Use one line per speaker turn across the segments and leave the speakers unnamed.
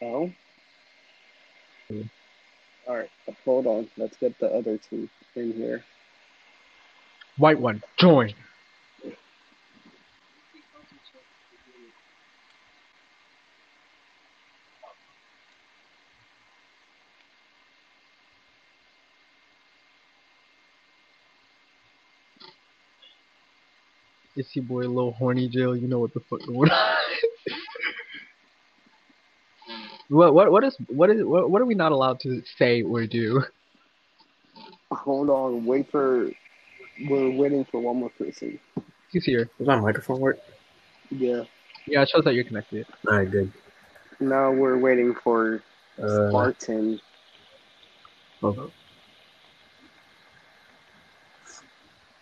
no.
Hmm.
All right, hold on. Let's get the other two in here.
White one, join. It's your boy, Lil Horny Jail. You know what the fuck going on. what what what is what is what, what are we not allowed to say or do?
Hold on. Wait for. We're waiting for one more person.
He's here.
Does my microphone work?
Yeah.
Yeah, it shows that you're connected.
All right, good.
Now we're waiting for
Uh,
Spartan.
oh,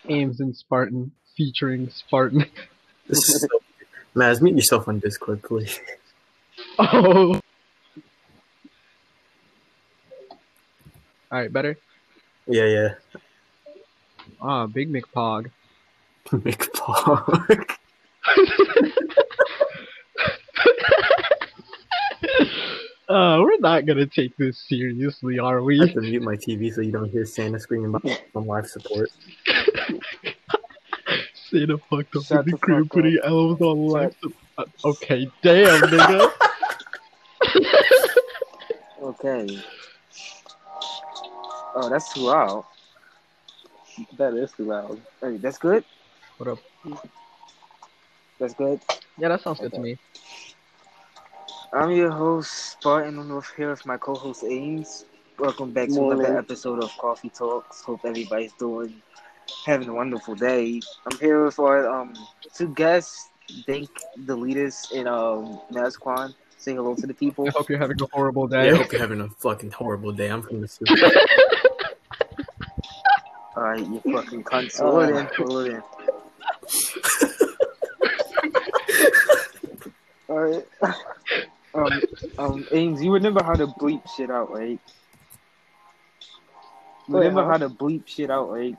Ames and Spartan featuring Spartan.
this is so Maz, mute yourself on Discord, please.
Oh. All right, better.
Yeah, yeah.
Ah, Big McPog.
McPog.
Uh, we're not gonna take this seriously, are
I have
we?
to mute my TV so you don't hear Santa screaming about from life support.
Santa fucked up
Shut
in the
the
crib
fuck
putting elves on life. Uh, Okay, damn, nigga.
Okay. Oh, that's too loud. That is too loud. Hey, that's good.
What up?
That's good.
Yeah, that sounds good to me.
I'm your host, Spartan. I'm with- here with my co host, Ames. Welcome back to
Morning.
another episode of Coffee Talks. Hope everybody's doing, having a wonderful day. I'm here with our um, two guests, Dink, the leaders, and um, Nazquan. Say hello to the people.
I hope you're having a horrible
Yeah,
day.
I hope you're having a fucking horrible day. I'm from the city.
Alright, you fucking cunts.
Oh.
Pull it in, pull it in.
Alright.
Um, um, Ames, you remember how to bleep shit out, right?
Wait,
Remember
huh?
how to bleep shit out, right?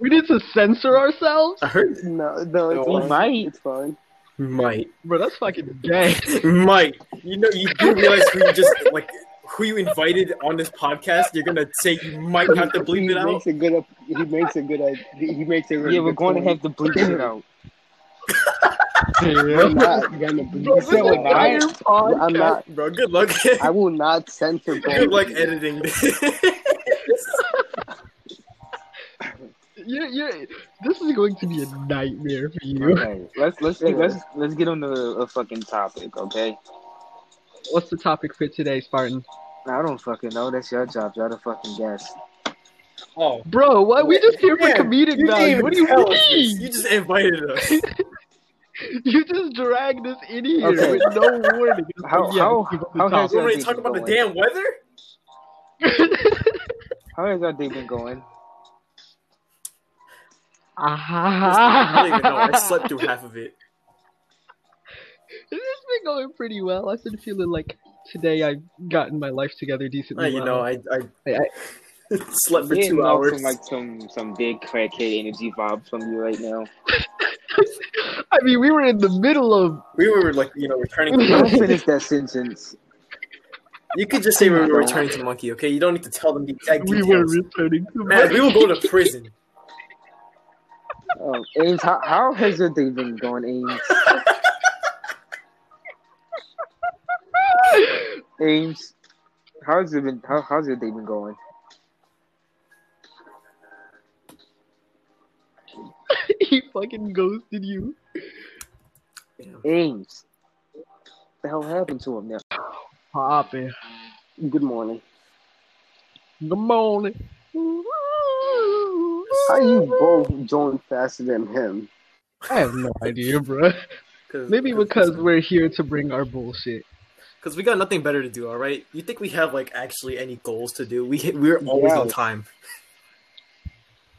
We need to censor ourselves?
I heard
No, no, it's
We
fine.
might.
It's fine.
might.
Bro, that's fucking gay.
Might. You know, you do realize who you just, like, who you invited on this podcast. You're going to say you might have to bleep
he
it out.
makes a good. He makes a good. He he makes a really
Yeah, we're
good
going to
point.
have to bleep shit out.
We're
Damn.
not gonna. be-
Bro, this
So am I.
entire podcast.
I'm not.
Bro, good luck.
I will not censor.
good luck
Baldwin.
editing this.
You're, you're, this is going to be a nightmare for you.
Okay, let's let's let's let's get on to a fucking topic, okay?
What's the topic for today, Spartan?
I don't fucking know. That's your job. Y'all the fucking guest.
oh.
Bro, what? We just here for
Yeah,
comedic value. What do you
tell us this.
mean?
You just invited us.
You just dragged us in here
Okay.
with no warning.
How- how-
this is the
how has
topic.
You want me to talk about the damn weather?
How has your day been going?
I don't even know. I
Ah-ha-ha.
slept through half of it.
It's been going pretty well. I've been feeling like today I've gotten my life together decently.
Uh, you know, I, I,
I-
slept for
Getting
two
off
hours.
Some, like some some big crackhead energy vibes from you right now.
well. I mean, we were in the middle of.
we were like, you know, returning. To,
Don't finish that sentence.
you could just say we were returning to monkey. Okay, you don't need to tell them the exact
We
details.
were returning to.
Man, we will go to prison.
Um, Ames, how, how has your day been going, Ames? Ames, how's it been? How, how's your day been going?
he fucking ghosted you.
Ames, the hell happened to him now?
Popping.
Good morning.
Good morning.
How you both joined faster than him?
I have no idea, bro. Maybe because we're here to bring our bullshit.
because we got nothing better to do. All right, you think we have like actually any goals to do? We we're always on
Yeah.
time.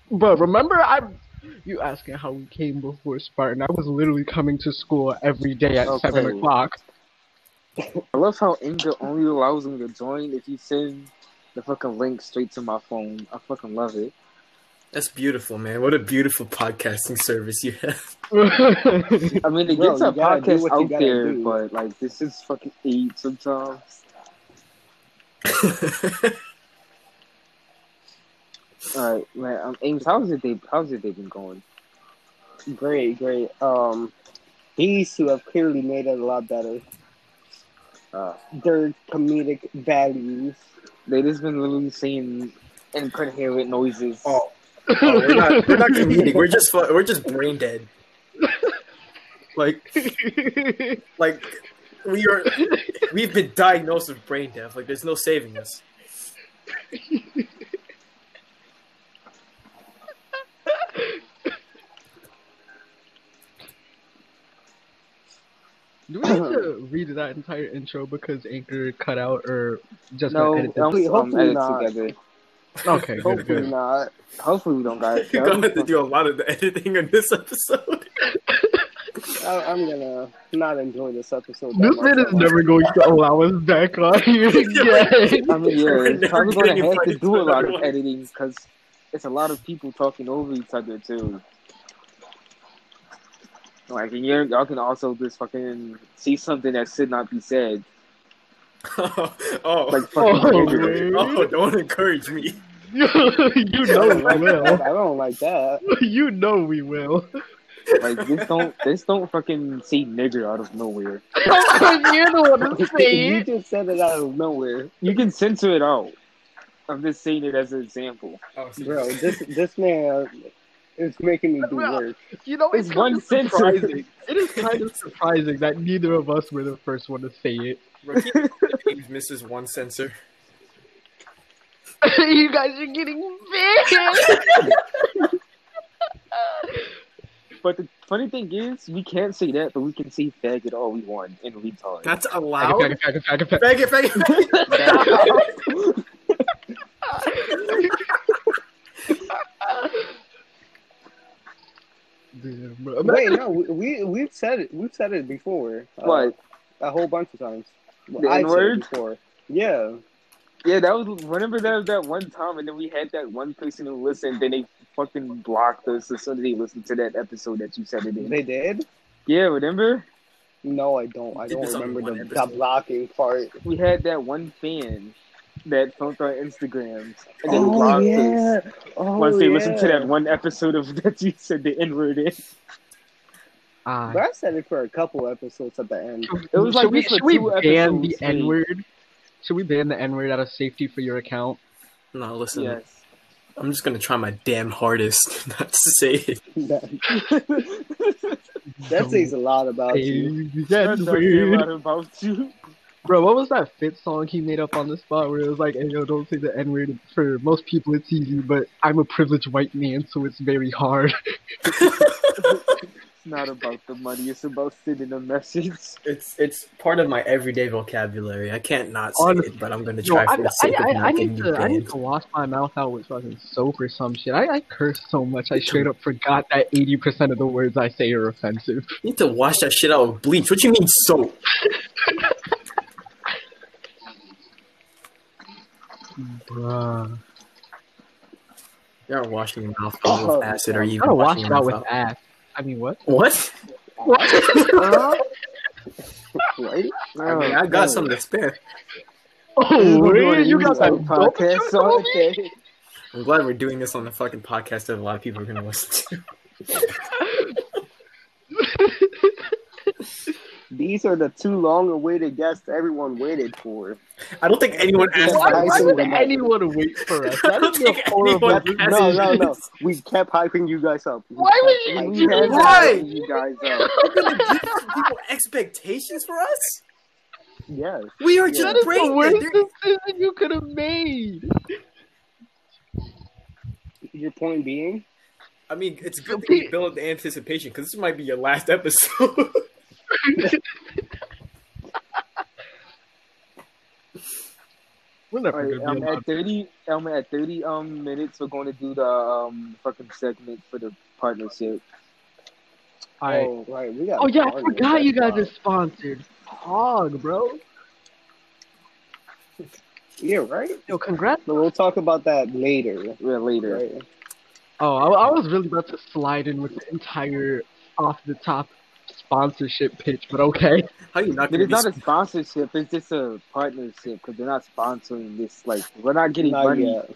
But remember, I you asking how we came before Spartan. I was literally coming to school every day at
Okay.
seven o'clock.
I love how Inga only allows me to join if you send the fucking link straight to my phone. I fucking love it.
That's beautiful, man. What a beautiful podcasting service you have.
That's
I mean, there
Bro,
gets a
you gotta do
podcast
what you
out
gotta
there,
do.
but like this is fucking eight sometimes. All right, man. Um, Ames, how's it they how's it they been going?
Great, great. Um, these two have clearly made it a lot better.
Uh,
Their comedic values.
they just been literally saying incoherent noises.
oh, oh, we're not we're not comedic. We're just fu- we're just brain dead. Like like we are we've been diagnosed with brain death. Like there's no saving us.
Do we need to read that entire intro because Anchor cut out or just got
no,
edited?
um,
Wait,
um,
hopefully
edit
not.
together.
Okay, good,
Hopefully
good.
not.
Hopefully, we don't got
You're gonna have to do a lot of the editing on this episode.
I, I'm gonna not enjoy this episode. that
This
much.
man is never going to allow us back on here again.
I mean,
We're
yeah,
never
it's probably gonna
getting
have to
invited
do
to
a lot
another
of
one.
editing because it's a lot of people talking over each other too. Like, and you're, y'all can also just fucking see something that should not be said.
oh, oh,
Like, fucking
Oh,
Andrew.
man.
oh, don't encourage me.
you know we will.
I don't like that.
You know we will.
Like this don't this don't fucking say nigger out of nowhere.
You're the one to
you just said it out of nowhere,
You can censor it out. I'm just saying it as an example.
Oh,
bro. This this man is making me do
Bro.
work.
You know, it's
It's
kind
one
of
sentence.
surprising. It is kind of surprising that neither of us were the first one to say it.
Rakeem James misses one sensor.
you guys are getting big.
But the funny thing is, we can't say that, but we can say faggot all we want and retard.
That's
Faggot,
allowed.
faggot, faggot, faggot,
Faggot, faggot, faggot.
Damn, bro.
Wait, no, we, we we've said it. We've said it before. uh,
What?
a whole bunch of times.
The
I've said it
N-word?
before. Yeah.
Yeah, that was remember that that one time, and then we had that one person who listened. Then they fucking blocked us as soon as they listened to that episode that you said it in.
They did?
Yeah, remember
No, I don't. I
Did
don't
this on
remember
one
the, the
episode.
blocking part.
we had that one fan that pumped our Instagrams and then blocked us
Oh,
once they listened to
yeah.
that one episode of that you said the N word in.
Ah.
But I said it for a couple episodes at the end.
It
was like
should we,
this for
should we
two
ban the
episodes,
N word? Should we ban the N word out of safety for your account?
No, listen.
Yes.
I'm just gonna try my damn hardest not to say it.
That,
That
that says a lot about you.
N
does say a
word.
lot about you.
Bro, what was that fit song he made up on the spot where it was like, hey, yo, don't say the N word. For most people, it's easy, but I'm a privileged white man, so it's very hard.
It's not about the money. It's about sending a message.
It's it's part of my everyday vocabulary. I can't not say
Honest-
it, but I'm gonna
Yo,
try
I,
for the
I,
sake
I,
of
I
not
need
getting
to, I need
banned.
to wash my mouth out with fucking soap or some shit. I, I curse so much, I straight up forgot that 80% of the words I say are offensive.
I need to wash that shit out with bleach. What you mean soap?
Bruh.
You aren't washing your mouth
Oh,
with acid or
I
even
gotta wash
washing
it
your
out
mouth
with
out.
ass. I mean, what?
What?
Right?
I
Oh,
mean, I got some to spare.
Oh, wait, you got that dope
podcast
you told
on
me?
okay.
I'm glad we're doing this on the fucking podcast that a lot of people are gonna listen to.
These are the two long awaited guests everyone waited for.
I don't think anyone asked.
Why,
for
I
why
see
this.
what
would
that is.
anyone wait for us?
I
That
don't
would be
think
a horrible
anyone
business.
asked.
No, no, no. We kept hyping you guys up. We
Why would
kept
you
hyping
do
guys up.
that?
You guys up.
People expectations for us?
Yes.
We are
That is
just
the
brain
worst
dead. They're-
decision you could have made.
Your point being?
I mean, it's good that you build up the anticipation because this might be your last episode.
We're never
Alright,
gonna
um,
be
at
allowed.
thirty, um, at thirty um minutes, we're going to do the um fucking segment for the partnership.
Alright.
Oh, right. We got
Oh yeah, I
started.
forgot you guys
Wow.
are sponsored. Hog, bro.
Yeah, right?
Yo, congrats.
But we'll talk about that later.
Yeah, uh, later.
Right?
Oh, I, I was really about to slide in with the entire off the top sponsorship pitch, but okay.
How you not
But
gonna
it's
be
not a sponsorship. It's just a partnership because they're not sponsoring this. Like we're not getting
Not
money
yet.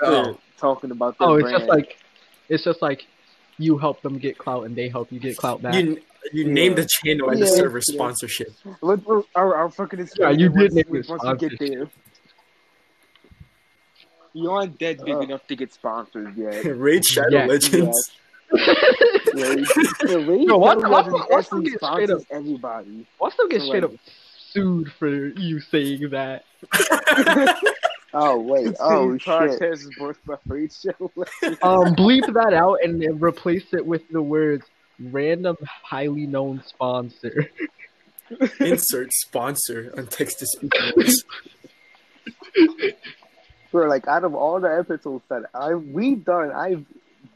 Oh.
for talking about their
Oh, it's
brand.
just like it's just like you help them get clout and they help you get clout back.
You you named the channel and the
Yeah.
server
Yeah.
sponsorship.
Let- let- I'll, I'll fucking explain
you
it
did
once-
name it
once we get there. You aren't that big
Oh.
enough to get sponsored yet.
Raid Shadow
Yeah.
Legends.
Yeah, you-
No,
no,
what- what-
what, what,
what- what's
actually
the-
sponsors everybody.
I'll still get
So,
straight up
like-
sued for you saying that.
oh wait. Oh
This
shit.
podcast is brought by Freed Show.
Um, bleep that out and then replace it with the words "random highly known sponsor."
Insert sponsor on text to speech voice.
Bro, like out of all the episodes that I we've done, I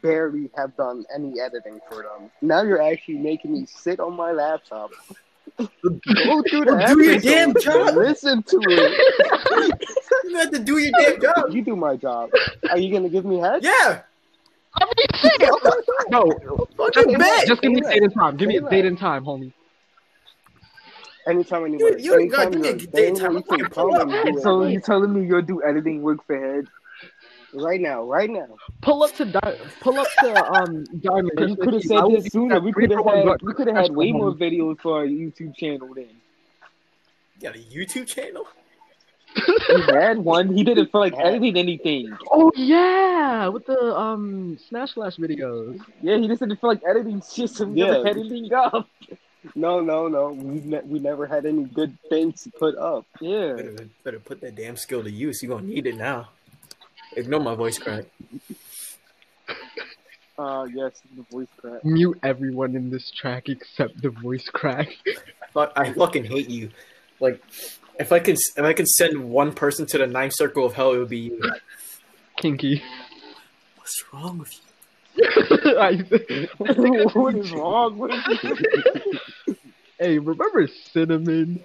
barely have done any editing for them. Now you're actually making me sit on my laptop, go through the
Do your damn
episodes,
job.
listen to it.
You have to do your damn job.
You do my job. Are you gonna give me head?
Yeah.
I mean, shit. No, just,
Fucking bet.
just give me
Say
date and time. Give me a
Say
date
that.
and time, homie.
Anytime, anywhere.
You- you ain't
anytime
gotta
you're
get
available,
daytime.
you can
I'm
come and do it
so
right-
you telling me you'll do editing work for head?
right now, right now.
Pull up to di- pull up to um diamond.
You could have
I
said
will
this
be
sooner.
at
We
three
could have
for one
had
buck.
we could have had way more videos for our YouTube channel then.
You got a YouTube channel?
He had one. He didn't feel like editing anything.
Oh yeah, with the um Smash Flash videos.
Yeah, he just didn't feel like editing shit, so we never
Yeah.
had anything up.
No, no, no. We ne- we never had any good things to put up.
Yeah.
Better, better put that damn skill to use. You're gonna need it now. Ignore my voice crack.
Uh yes, the voice crack.
Mute everyone in this track except the voice crack.
Fuck, I fucking hate you. Like, if I could, if I could send one person to the ninth circle of hell, it would be you.
Kinky.
What's wrong with you?
I-
what is wrong with you?
hey, remember cinnamon?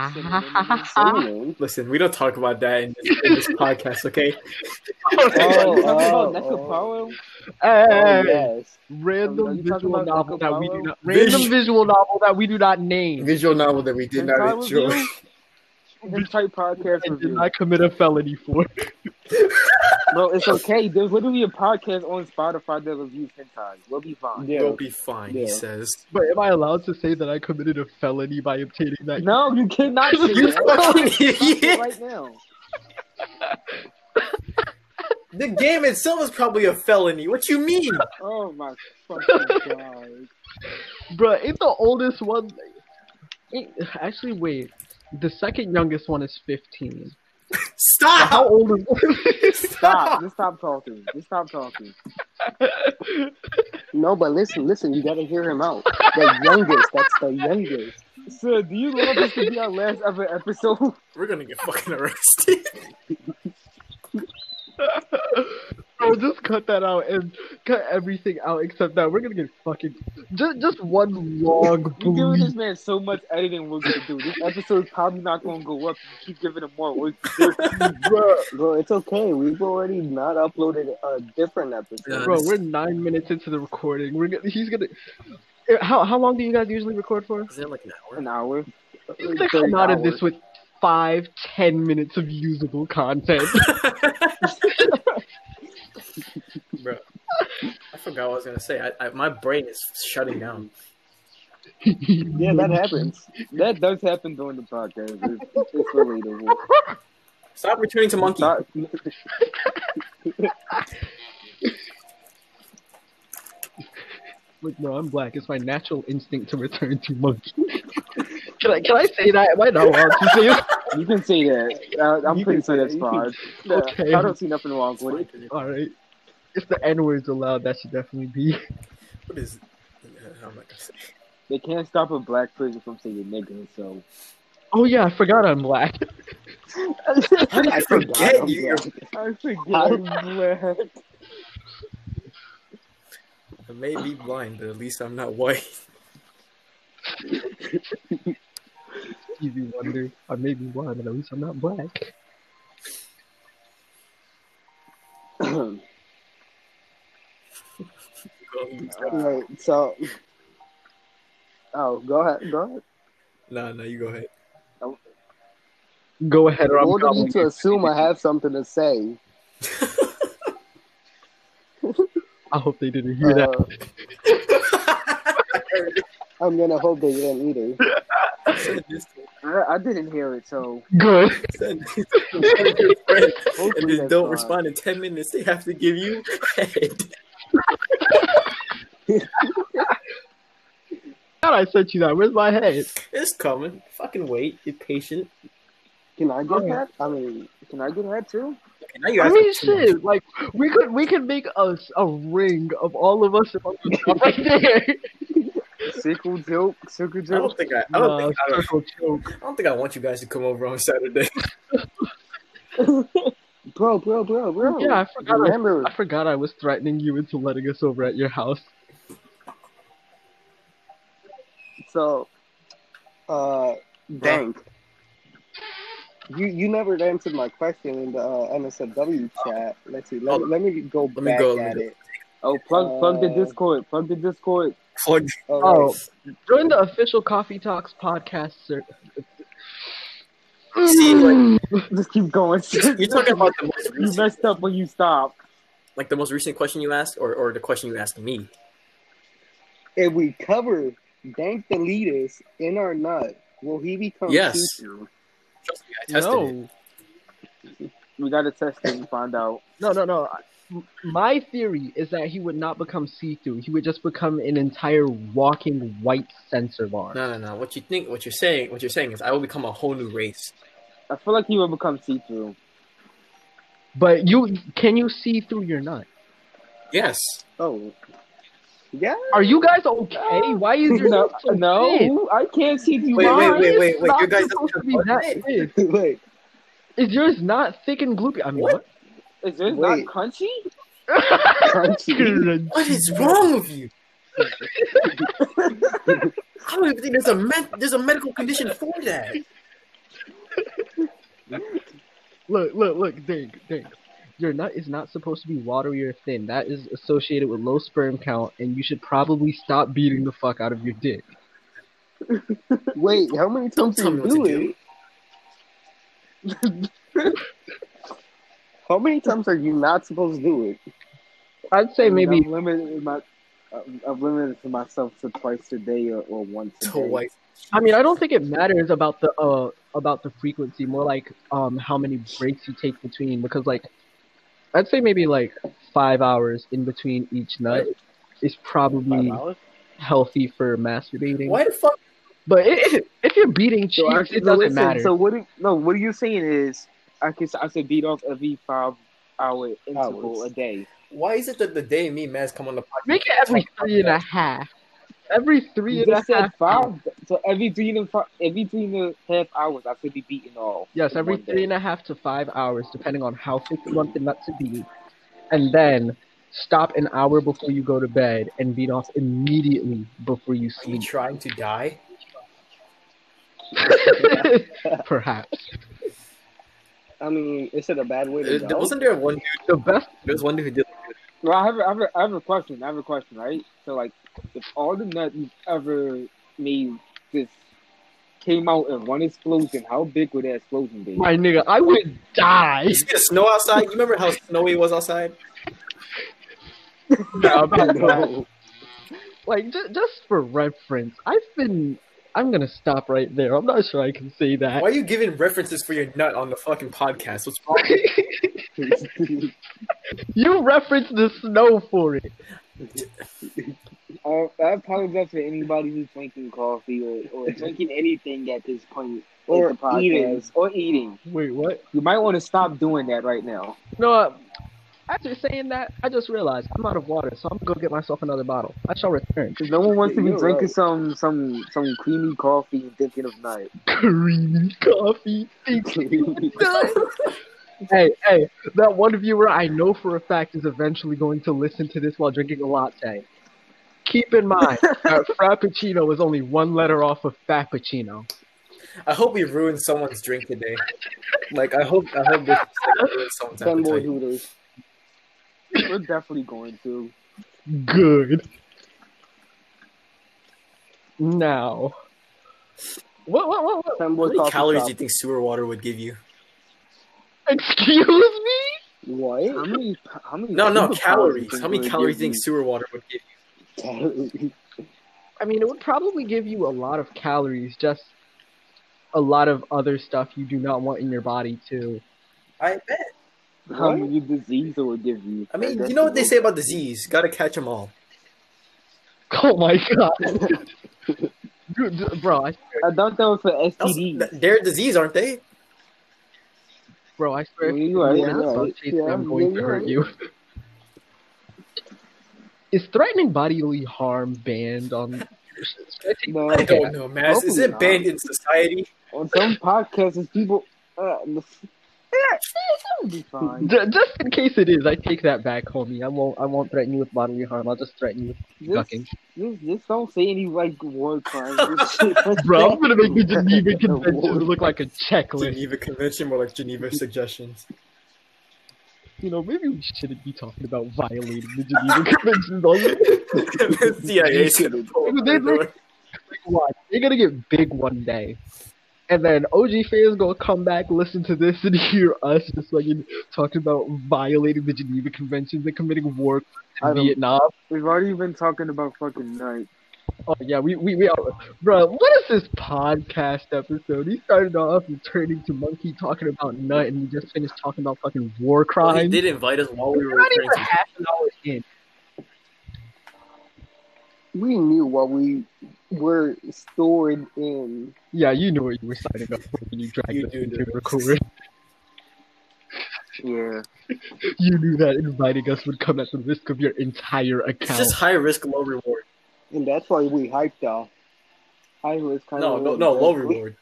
Ah.
Ah-ha-ha-ha-ha.
Cinnamon.
Listen, we don't talk about that in this, in this podcast, okay?
Oh,
you talking about
oh, Oh,
Necropolo?
Hey,
yes.
random
Are you talking
visual
about
novel
Taco
that we do
Bell?
not random
Visu-
visual novel that we do not name.
Visual novel that we did not
Hentai
enjoy.
review? Hentai podcast
And did
review.
not commit a felony for.
Bro, it's okay. There's literally a podcast on Spotify that reviews hentai. We'll be fine.
Yeah.
You'll be fine, he
Yeah.
says.
But am I allowed to say that I committed a felony by obtaining that?
No, you cannot say
You
that.
fucking
Stop it
idiot!
right now.
The game itself is probably a felony. What you mean?
Oh my fucking god.
Bruh, ain't the oldest one? Ain't, actually, wait. The second youngest one is 15. How
Stop!
old is?
Stop.
Stop!
Just stop talking. Just stop talking.
No, but listen, listen. You gotta hear him out. The youngest. That's the youngest.
Sir, do you want this to be our last ever episode?
We're gonna get fucking arrested.
Bro, just cut that out and cut everything out except that. We're gonna get fucking just just one long
You're giving
bleep.
this man so much editing work to do. This episode's probably not going to go up. You keep giving him more work. to do.
Bro, bro, it's okay. We've already not uploaded a different
Yeah.
episode.
Bro, we're nine minutes into the recording. We're gonna, he's gonna. eh, How how long do you guys usually record for?
Is it like an hour?
An hour.
He's gonna come out of this with five ten minutes of usable content.
Bro, I forgot what I was gonna say. I, I, my brain is shutting down.
Yeah, that happens.
That does happen during the podcast. It's, it's relatable.
Stop returning to monkey.
Stop.
Like, no, I'm black. It's my natural instinct to return to monkey. can I can I say that? Am I not allowed to say it?
You can say that. I, I'm
You
pretty
can
sure
say
that's
that. You
fine.
Okay.
I don't see nothing wrong with it.
All right. If the N word's allowed, that should definitely be.
What is? I'm not gonna say.
They can't stop a black person from saying nigga, so.
Oh yeah, I forgot I'm black.
How did I forget
I'm
you?
black.
I forget.
I'm
I may be blind, but at least I'm not white.
Easy wonder. I may be blind, but at least I'm not black.
Alright, so. Oh, go ahead. Go ahead.
No, no, you go ahead.
Go ahead, or
In
I'm
order
calling
you to
you.
assume I have something to say,
I hope they didn't hear
uh,
that.
I'm gonna hope they didn't either.
Send this to-
I, I didn't hear it, so
Good.
send this to your friends. and
Hopefully
then
that's
don't
not.
respond in 10 minutes, they have to give you head.
God, I sent you that. Where's my head?
It's coming. Fucking wait. Be patient.
Can I get
Okay.
that? I mean,
can I get that too?
Okay, now you
I
guys
mean,
have too much.
shit. Like we could we could make us a ring of all of us right there.
Circle joke, circle
I don't
joke.
think I, I, don't
Nah,
think I,
circle choke.
I don't think I want you guys to come over on Saturday.
bro, bro, bro, bro.
Yeah, I forgot. I,
Remember,
I forgot I was threatening you into letting us over at your house.
so, uh, dang. You you never answered my question in the uh, MSFW chat. Let's see. Let,
Hold
let me go back
me go, Oh, let
at
me
it.
Oh, plug plug the
Uh,
Discord, plug the Discord.
Plug. Oh.
Alright.
Join the official Coffee Talks podcast. Sir. Mm.
See, like,
Just keep going.
you're talking about the most
you
recent,
messed up when you stopped.
like the most recent question you asked, or, or the question you asked me.
If we cover Dank the leaders in our nut, will he become
Yes.
Sisu?
Trust me, I tested it.
No,
We gotta test it and find out.
no, no, no. I- My theory is that he would not become see-through. He would just become an entire walking white censor bar.
No, no, no. What you think? What you're saying? What you're saying is I will become a whole new race.
I feel like he will become see through.
But you can you see through your nut?
Yes.
Oh, yeah.
Are you guys okay? Why is your
No,
nut so thin?
no, I can't see through.
Wait,
Why
wait, wait,
is
wait,
it
wait.
not
You guys
supposed to
don't
be
have
that thin.
Wait,
Is yours not thick and gloopy? I mean, what?
Is this
Wait.
not crunchy?
crunchy.
What is wrong with you? I don't even think there's a med- there's a medical condition for that.
Look, look, look, dang, dang. Your nut is not supposed to be watery or thin. That is associated with low sperm count, and you should probably stop beating the fuck out of your dick.
Wait, how many times
Don't tell
do
me
you
what to
do
do.
it? How many times are you not supposed to do it?
I'd say maybe
I'm limited my. I'm I'm limited to myself to twice a day or, or once a day.
Twice.
I mean, I don't think it matters about the uh about the frequency, more like um how many breaks you take between because like I'd say maybe like five hours in between each nut is probably healthy for masturbating.
Why the fuck?
But i if you're beating cheeks,
So
it
I no,
doesn't
listen,
matter.
So what? You, no, what you're saying is I can I should beat off every five hour interval
Hours.
a day.
Why is it that the day me and Maz come on the podcast?
Make it every three and a half. Oh, Every three
You
and a half.
just said
hours.
five. So every three and a fi- every three and a half hours, I should be beating off.
Yes, every
one day.
three and a half to five hours, depending on how thick you want the nut to be, and then stop an hour before you go to bed and beat off immediately before you
Are you
sleep.
trying to die?
Perhaps
I mean, is it a bad way to
Uh,
go?
Wasn't there one dude?
the best.
There was one dude who did.
Well, I have, a, I, have a, I have a question. I have a question, right? So, like, if all the nuts you've ever made just came out in one explosion, how big would that explosion be?
My nigga, I would die.
You see the snow outside? You remember how snowy it was outside?
Nah, about that.
No.
Like just, just for reference, I've been. I'm gonna stop right there. I'm not sure I can say that.
Why are you giving references for your nut on the fucking podcast? What's wrong?
you referenced the snow for it.
Uh, I apologize for anybody who's drinking coffee or, or drinking anything at this point.
Or
in the podcast.
eating.
Or eating.
Wait, what?
You might want to stop doing that right now.
No, uh, after saying that, I just realized I'm out of water, so I'm gonna go get myself another bottle. I shall return.
Because no one wants to be
You're
drinking
right.
some, some, some creamy coffee and thinking of night.
Creamy coffee. hey, hey, that one viewer I know for a fact is eventually going to listen to this while drinking a latte. Keep in mind that Frappuccino is only one letter off of Fappuccino.
I hope we ruined someone's drink today. Like I hope I hope this like, ruined someone's
Fanboy
appetite.
hooters.
We're definitely going to.
Good. now. What? What? What? what?
Some
How
boy
many
coffee
calories
shop.
do you think sewer water would give you?
Excuse me?
What?
How many? How many?
No, no,
superpowers you
calories.
think
How many
would
calories
give
do you think
me?
sewer water would give you?
I mean, it would probably give you a lot of calories, just a lot of other stuff you do not want in your body too.
I bet.
How many Um, disease it would give you?
I mean,
That's
you know what
the
they say about disease? Gotta catch them all.
Oh my god, Dude, d- bro! I,
I thought that was for
That's-
STD.
th- They're a disease, aren't they?
bro, I swear, if
Yeah,
you
yeah,
want to
yeah,
bug chase me,
yeah,
I'm going
yeah,
to hurt
yeah.
you. Is threatening bodily harm banned on? should I take-
No,
I
Okay.
don't know, Mass. Is
Hopefully
it
not.
banned in society?
on some podcasts, it's people. Uh, the- yeah, it's gonna be fine.
Ju- Just in case it is, I take that back, homie. I won't. I won't threaten you with bodily harm. I'll just threaten you with
Just,
ducking.
just, just don't say any like war crimes, and shit like
Bro,
that.
I'm gonna make the Geneva
No
Convention
war.
look like a checklist.
Geneva Convention, more like Geneva Suggestions.
You know, maybe we shouldn't be talking about violating the Geneva Conventions. On this.
CIA should have pulled
They-
the door.
Like, watch, they're gonna get big one day, and then OG fans gonna come back, listen to this, and hear us just like talking about violating the Geneva Conventions and committing war
I
in
don't-
Vietnam.
We've already been talking about fucking night.
Oh yeah, we we we are, bro. What is this podcast episode? He started off returning to monkey talking about nut, and we just finished talking about fucking war
Well, He
crimes.
did invite us while we
We're
were
not even
referring to.
half an hour in.
we knew what we were stored in.
Yeah, you knew what you were signing up for when you dragged
You
us
do
into
know.
record.
Yeah.
You knew that inviting us would come at the risk of your entire
It's
account.
just high risk, low reward.
And that's why we hyped off. I was kind
No,
of
no, no, low reward.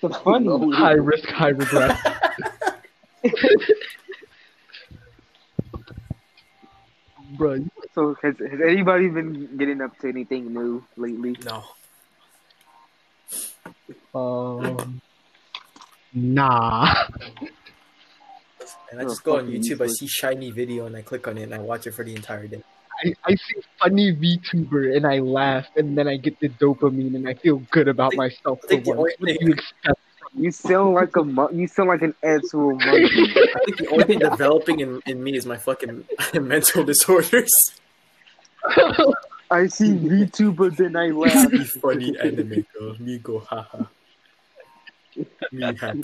The funny
high risk, high regret. bro,
So has, has anybody been getting up to anything new lately?
No.
um, nah.
And I
You're
just
a
go on
fucking
YouTube, I
useless.
see shiny video, and I click on it, and I watch it for the entire day.
I, I see funny VTuber and I laugh, and then I get the dopamine and I feel good about myself
I
for
think the
once.
only
What do
thing-
you expect?
You sound like a mon- you sound like an actual monkey.
I think the only thing developing in, in me is my fucking mental disorders.
I see VTuber, then I laugh.
Be funny anime girl, me go haha. Me happy.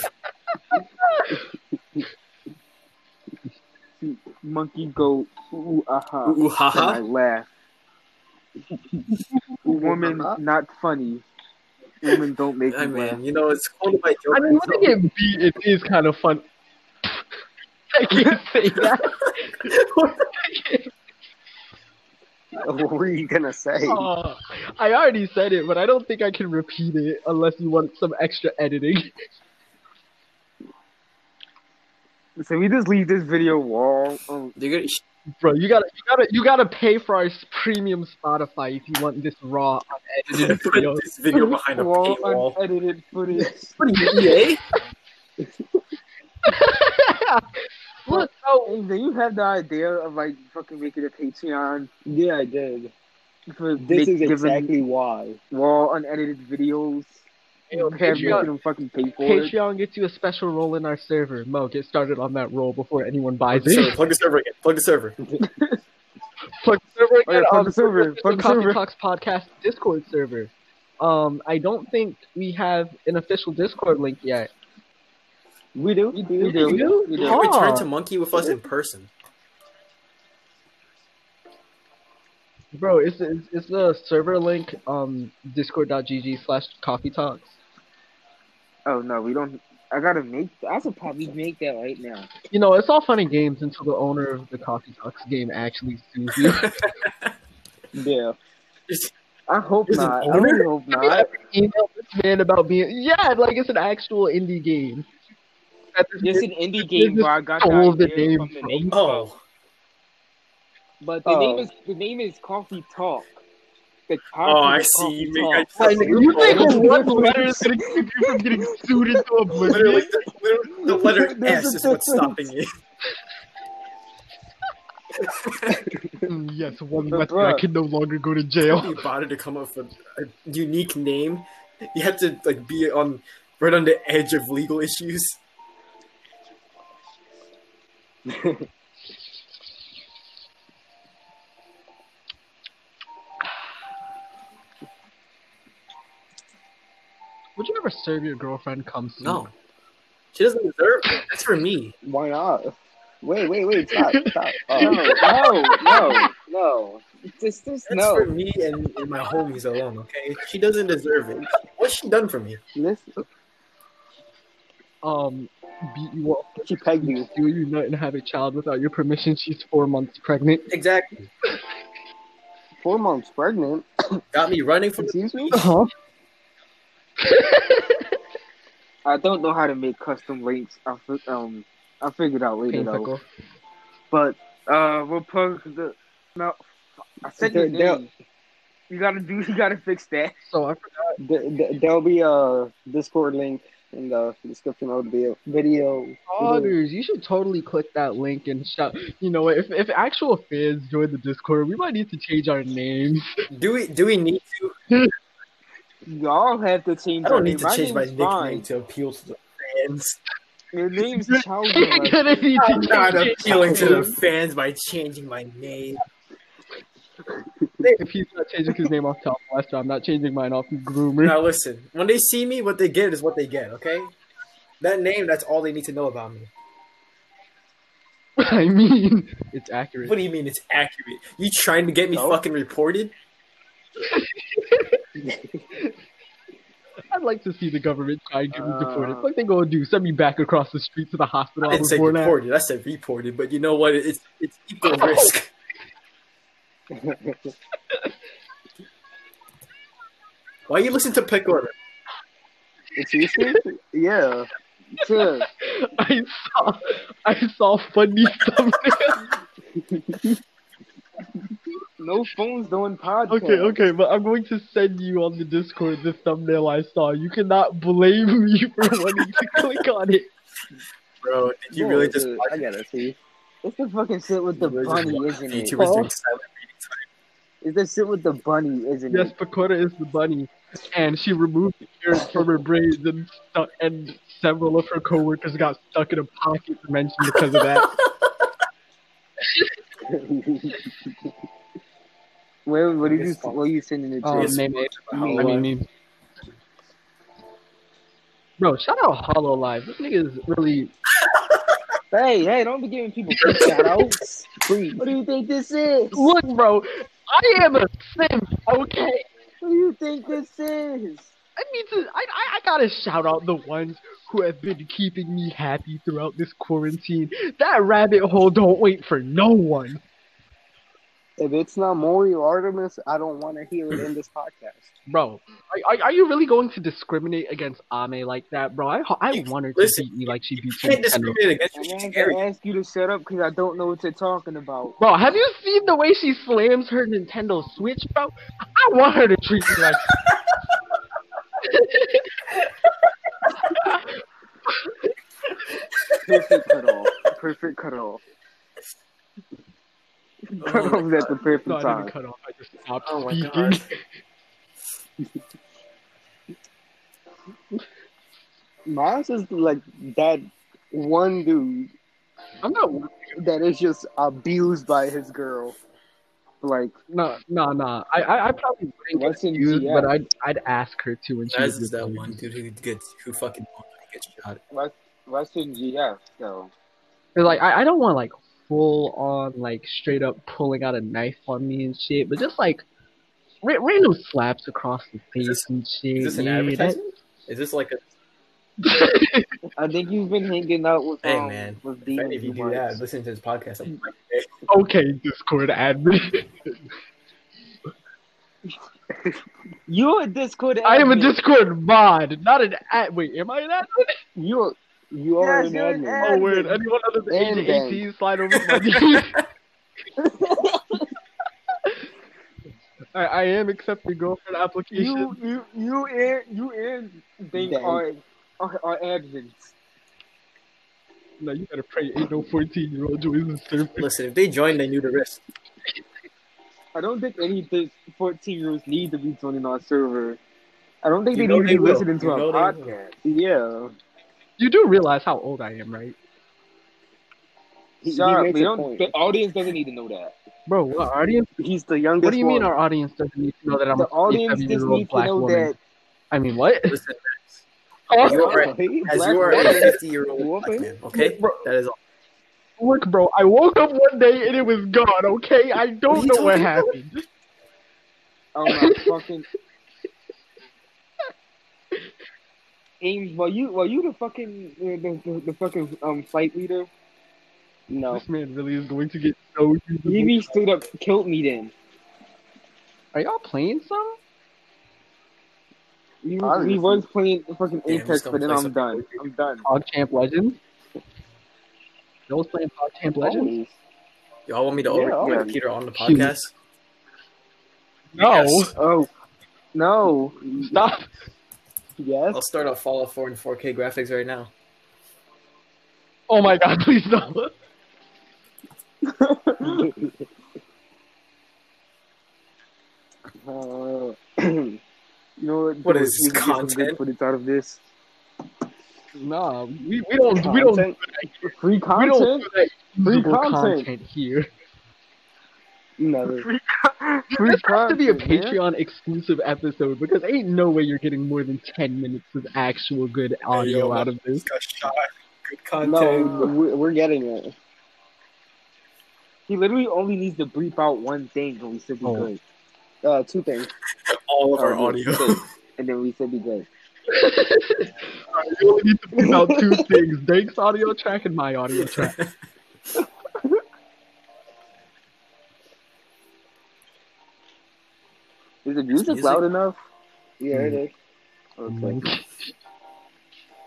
Monkey go ooh aha,
Ooh
then I
haha.
laugh. Woman not funny. Women don't make
I
me laugh.
mean, you know, it's called by joke.
I mean, when they get beat, it is kind of fun. I can't say that.
what were you gonna say?
Aw, Ah, I already said it, but I don't think I can repeat it unless you want some extra editing.
So we just leave this video wall. Um,
They're gonna,
Bro, you gotta, you gotta, you gotta pay for our premium Spotify if you want this raw, unedited
put
video.
this video behind a
wall
paywall.
unedited footage.
EA?
Look, no,
Hey, do oh, you have the idea of like fucking making a Patreon
Yeah, I did.
for
This
make-
is
giving
exactly why.
raw unedited videos?
Yo,
Have
Patreon-
making them fucking pay for it.
Patreon gets you a special role in our server. Mo, get started on that role before anyone buys
Sorry,
it.
plug the server again. Plug the server.
Plug the server
Oh, yeah,
again.
plug
um,
the server.
the
Plug the
Coffee
server.
Talks podcast Discord server. Um, I don't think we have an official Discord link yet.
We do. We
We do.
do?
We
You
do.
Huh?
return to Monkey with us in person.
Bro, it's it's, it's the server link um discord.gg slash coffee talks.
Oh no, we don't. I gotta make. I should probably make that right now.
You know, it's all fun and games until the owner of the coffee talks game actually sues you.
Yeah.
I hope
Is it
not. I
owner?
really hope not.
Email this man about being yeah, like it's an actual indie game. That this
It's
man
an indie
game
game
where
where I got
the stole the
the
idea
name
from
from
the
the
name
name.
Oh,
But
the
the
name
name
Oh. is-
is the name is Coffee Talk. The
oh, I see. You make I
Like, you think one letter is gonna keep you from getting sued into oblivion?
literally, literally, the letter S is what's stopping you.
Mm, yes, one
But
less
bruh.
I can no longer go to jail.
you bothered to come up with a unique name. You had to like be on right on the edge of legal issues.
Would you ever serve your girlfriend come see?
No, Mm. she doesn't deserve it. That's for me.
Why not? Wait, wait, wait! Stop, stop!
No,
Oh,
no, no, no. Just, just
That's
no.
for me and, and my homies alone. Okay, she doesn't deserve it. What's she done for me?
listen,
Um, beat you up,
she pegged you.
do you nut, and have a child without your permission. She's four months pregnant.
Exactly.
Four months pregnant.
Got me running from.
Excuse me.
Uh-huh.
I don't know how to make custom links. I fi- um, I figured out later
Pain
though.
pickle.
But uh, we'll post the. No, I said your
There- there-
name. You gotta do. You gotta fix that.
So I forgot.
Th- th- there'll be a Discord link in the description of the video. video.
Otters, you should totally click that link and shout. You know, what, if if actual fans join the Discord, we might need to change our names.
Do we? Do we need to?
Y'all have to change.
I don't
your
need
name.
to change my
name's
nickname
fine.
to appeal to the fans.
Your name's
We're
Chowder.
gonna need
I'm
to
not
change
appealing to
our
the
names.
fans by changing my name.
If he's not changing his name off Top Lester, I'm not changing mine off Groomer.
Now listen, when they see me, what they get is what they get. Okay, that name. That's all they need to know about me.
I mean, it's accurate.
What do you mean it's accurate? You trying to get me
No.
fucking reported?
I'd like to see the government try and get me deported.
Uh,
What they gonna do? Send me back across the street to the hospital
I
I
didn't
was
say
born at?
reported. I said reported. But you know what? It's it's equal risk. Why you listen to Pick Order?
Excuse me. Yeah.
Too.
I saw, I saw funny stuff.
No phones doing podcasts.
okay, okay, but I'm going to send you on the Discord the thumbnail I saw. You cannot blame me for wanting to click on it.
Bro, did you really
Boy,
just
dude,
watch
I gotta see.
It's the fucking shit with the
You really just
bunny,
watch
isn't it?
YouTubers doing
uh-huh.
silent
It's the shit with the bunny, isn't
Yes,
it?
Pakoda is the bunny, and she removed the carrot from her braids, and stuck, and several of her coworkers got stuck in a pocket dimension because of that.
Where? What did you?
Yes, fuck.
What are you sending it to?
Um,
Yes,
name it.
about
I mean, name. Bro, shout out Hollow Live. This nigga is really.
Hey, hey, don't be giving people free shout outs. Please. What do you think this is? What
Look, bro, I am a simp. Okay,
do you think this is?
I need to. I, I I gotta shout out the ones who have been keeping me happy throughout this quarantine. That rabbit hole don't wait for no one.
If it's not Mori or Artemis, I don't want to hear it in this podcast.
Bro, are, are, are you really going to discriminate against Ame like that, bro? I ho- I
You-
want her to
listen,
beat me like she beat
You can't
Nintendo.
discriminate against
I'm
me. She's
not
arrogant.
gonna ask you to shut up because I don't know what you're talking about.
Bro, have you seen the way she slams her Nintendo Switch, bro? I want her to treat me like.
Perfect cutoff. Perfect cutoff.
Oh
Cutoff's at the perfect
No, I didn't
time.
cut off. I just stopped
Oh my
speaking.
God.
Miles is like that one dude
I'm not.
that is just abused by his girl. Like,
No, no, no. I, I, I probably wouldn't
What's in
get used,
GF?
but I'd, I'd ask her to, and she
Naz
would
is that
refuse.
one dude who gets who fucking gets shot.
What's, what's in GF though?
But, like, I, I don't want like full on like straight up pulling out a knife on me and shit, but just like ra- random slaps across the face
this-
and shit.
Is this an
yeah, that-
advertisement? Is this like a
I think you've been hanging out with
Hey,
um,
man.
with
if
demons.
any of you
too
do that,
much.
listen to this podcast. I'm like,
okay, Discord admin.
You're a Discord.
I am a
admin.
Discord mod, not an ad. Wait, am I an admin?
you you are
Yes,
an
you're an
admin.
ad-
Oh, word. Anyone other than
And
age
bang.
18 slide over my knees. I, I am accepting girlfriend applications.
You you you and you and they
Dang.
are are, are admins.
No, you gotta pray. Ain't no 14 year old joins the server.
Listen, if they joined, they knew the risk.
I don't think any of the 14 year olds need to be joining our server. I don't think
You
they
know
need
they
to be
will.
listening to
You know
our
they will.
podcast. Yeah.
You do realize how old I am, right?
He, he
Shut up,
makes
we
a
don't-
point.
the audience doesn't need to know that.
Bro, our audience.
He's the youngest.
What do you mean
one.
our audience doesn't need to know that I'm
The
a
audience
27
just
year old
needs to
black
know
woman?
that
I mean, what?
Listen, You are-
Right.
as
Black
you are a
woman.
50 year old
Woman.
black man, okay?
Bro.
That is all.
Look, bro, I woke up one day and it was gone, okay? I
What are
don't
you
know what
talking about?
happened.
oh my fucking. Ames, were you were you the fucking the, the, the, the fucking um fight leader? No,
This man really is going to get so usable.
Evie straight up killed me. Then
Are y'all playing some?
we,
Obviously.
we was playing fucking
Damn,
Apex,
this
but then
gonna play
I'm done.
some-
I'm done.
Pog Champ Legends? Y'all was playing Pog Champ
Oh,
Legends?
Always.
Y'all want me to
Yeah,
overcome
yeah.
Peter on the
Shoot.
podcast?
No.
Yes.
Oh no!
Stop.
Yes,
I'll start off Fallout 4 and 4K graphics right now.
Oh my god, please stop.
Uh, you know what?
What is
We
this,
can get some good
content?
Footage out of this
Nah, we, we don't we don't
Content.
free
we
content.
don't do that
Free
usable
content.
content here.
Never.
Free this has to be a
content, yeah.
Patreon exclusive episode because ain't no way you're getting more than ten minutes of actual good audio
yo,
out of this.
got shot. Good
No, we're, we're getting it. He literally only needs to bleep out one thing, and we should be
Oh.
good.
Uh, two things.
All of our
Oh,
audio.
good. And then we should be good.
You only need to pick out two things: Dank's audio track and my audio track.
Is the music,
music?
loud enough?
Yeah, it
Mm.
is.
Okay.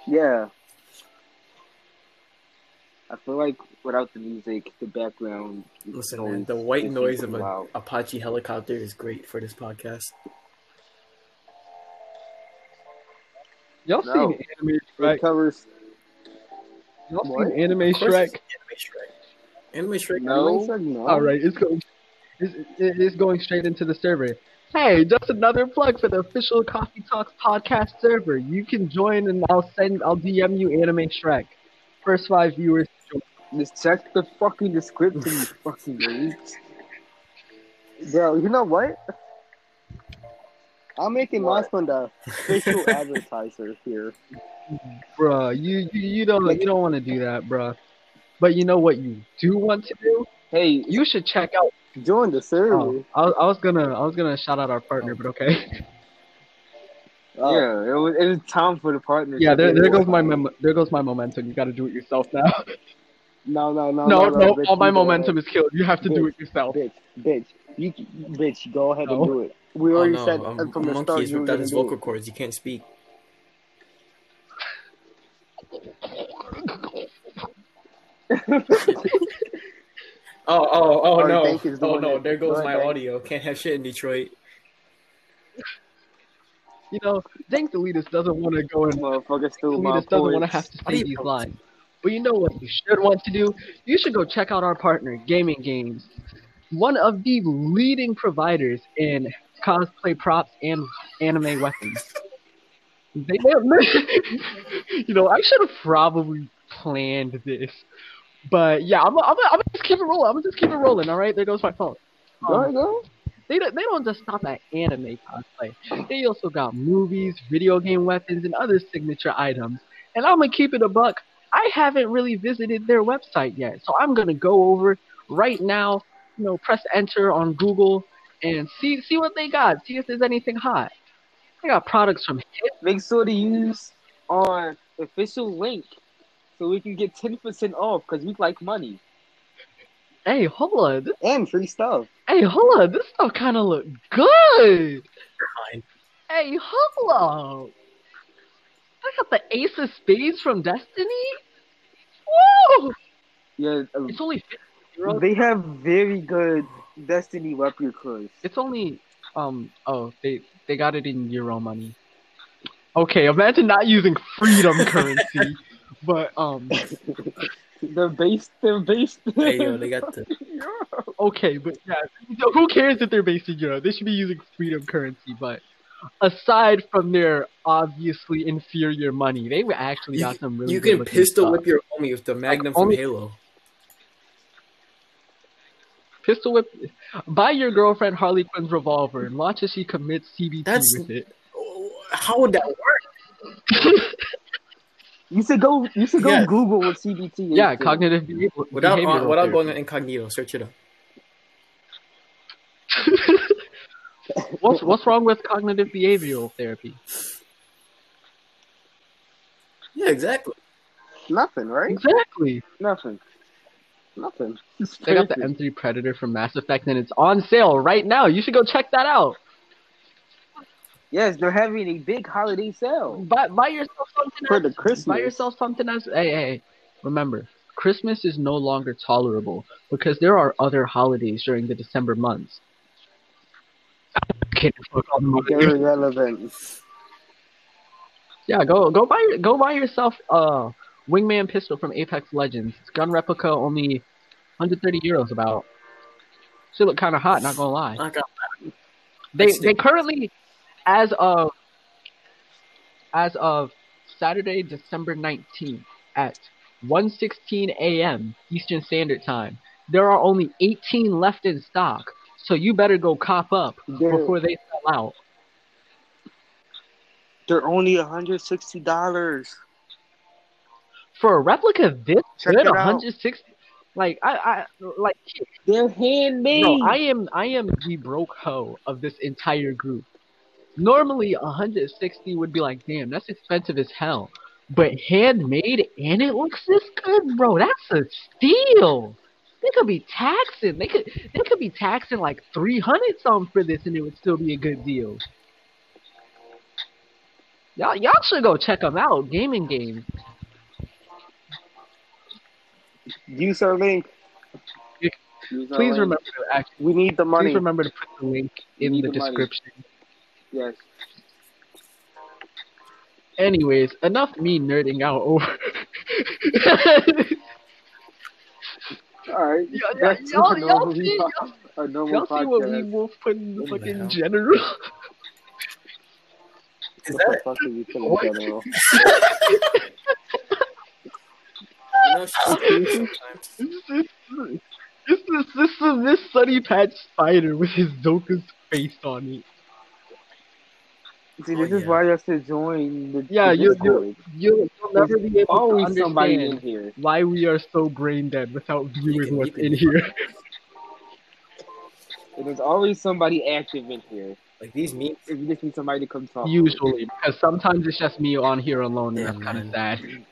Yeah. I feel like without the music, the background.
Listen,
noise
man, the white
is
noise of
super
an
loud.
Apache helicopter is great for this podcast.
Y'all
No.
seen anime Shrek?
It covers.
Y'all seen
What?
anime
Of course
Shrek?
it's Anime Shrek. Anime Shrek.
No.
Like, no.
All right, it's going. It's, it- it's going straight into the server. Hey, just another plug for the official Coffee Talks podcast server. You can join, and I'll send. I'll DM you anime Shrek. First five viewers. to join.
Just check the fucking description, you fucking bitch.
Bro, you know what? I'm making
What?
Mascon the official advertiser here.
Bruh, you you, you don't you don't want to do that, bruh. But you know what you do want to do?
Hey,
You should check out.
Join the server.
Oh, I, was- I was gonna I was gonna shout out our partner, but okay.
Oh.
Uh,
yeah, it was, it was time for the partnership.
Yeah, there, there goes my mem- there goes my momentum. You got to do it yourself now.
No, no, no.
No,
Oh, No,
no,
bitch,
all my
you go
momentum
ahead.
is killed. You have to do
Bitch.
it yourself.
Bitch, bitch. You, bitch, go ahead
No.
and do it. We
Oh,
already
no,
said
um,
from the
Monkey
start
has
you were
ripped
going
out
to
his
do
vocal
it.
cords. He can't speak. Oh, oh, oh,
Or
no.
Dank is the
Oh,
one
no.
that-
There
go
goes
ahead,
my
Dank.
audio. Can't have shit in Detroit.
You know, Dank Deletus doesn't want to go and
motherfucker still my
Deletus doesn't want to
points.
have to
How do
say
you
these
vote?
lines. But you know what you should want to do? You should go check out our partner, Gaming Games, one of the leading providers in cosplay props and anime weapons. They you know, I should have probably planned this. But yeah, I'm, I'm, I'm gonna just keep it rolling. I'm gonna just keep it rolling. All right, there goes my phone.
Go
Um,
ahead, go.
they don't, they don't just stop at anime cosplay. They also got movies, video game weapons, and other signature items. And I'm gonna keep it a buck. I haven't really visited their website yet, so I'm gonna go over right now. You know, press enter on Google and see see what they got. See if there's anything hot. They got products from
Make sure to use our official link so we can get ten percent off because we like money.
hey holla, this,
And free stuff.
hey holla, this stuff kind of look good.
Fine.
Hey holla, I got the Ace of Spades from Destiny. Woo!
Yeah, uh,
It's only 50 euros.
they have very good Destiny replicas.
It's only um oh they they got it in euro money. Okay, imagine not using freedom currency,
But um,
They're based. They're based.
Hey, yo, they got the.
okay, but yeah, so who cares if they're based in Europe? They should be using freedom currency. But aside from their obviously inferior money, they actually
You-
got some really.
You
good
can
looking
pistol
stuff.
whip your homie with the Magnum from
only-
Halo.
pistol whip. Buy your girlfriend Harley Quinn's revolver and watch as she commits CBT
That's-
with it.
Oh, How would that work?
You should go. You should go
Yeah.
Google what CBT is.
Yeah,
too.
cognitive behavior.
Without
behavioral
on, without
therapy.
going on incognito, search it up.
What's what's wrong with cognitive behavioral therapy?
Yeah, exactly.
Nothing, right?
Exactly.
Nothing. Nothing.
They got the M3 Predator from Mass Effect, and it's on sale right now. You should go check that out.
Yes, they're having a big holiday sale.
Buy, buy yourself something
For
as-
the
Buy
Christmas.
yourself something as. Hey, hey, remember, Christmas is no longer tolerable because there are other holidays during the December months. Kidding, fuck all the
They're
mothers.
irrelevant.
Yeah, go go buy your- go buy yourself a wingman pistol from Apex Legends. It's gun replica, only 130 euros about. Should look kind of hot, not gonna lie.
I got-
They
That's
they
stupid.
currently, as of as of Saturday, December nineteenth at 1:16 a.m. Eastern Standard Time, there are only 18 left in stock. So you better go cop up
They're,
before they sell out.
They're only $160.
For a replica this
Check
good,
it out.
160. Like I, I like
They're handmade.
no, I am I am the broke hoe of this entire group. Normally 160 would be like, damn, that's expensive as hell. But handmade and it looks this good, bro. That's a steal. They could be taxing. They could they could be taxing like 300 something for this and it would still be a good deal. Y'all y'all should go check them out. Gaming games.
use our link.
Yeah.
Use our
Please
link.
remember to act,
We need the money.
please remember to put the link in
Need
the
the money.
description.
yes.
Anyways, enough me nerding out over.
All right.
Yeah, yeah,
Back to
y'all-
our
y'all
normal
see-
pod- our normal
Y'all see what
podcast.
we Wolf put in the
What the hell?
fucking general?
Is
What the
that
fuck are you
What?
putting in general?
you know, she's- sometimes.
It's this, this, this, this, this Sunny Patch Spider with his Zoka's face on it.
See,
Oh,
this is
yeah.
why you have to join the
Yeah,
the
you- you-
Discord.
You'll, you'll never be able to
Always somebody in
understand
here.
why we are so brain dead without
You
viewing
can-
what's
you
in here.
There's always somebody active in here.
like these memes.
If you just need somebody to come talk. to.
Usually, because sometimes it's just me on here alone, and
Yeah,
that's kind of
man.
sad.
You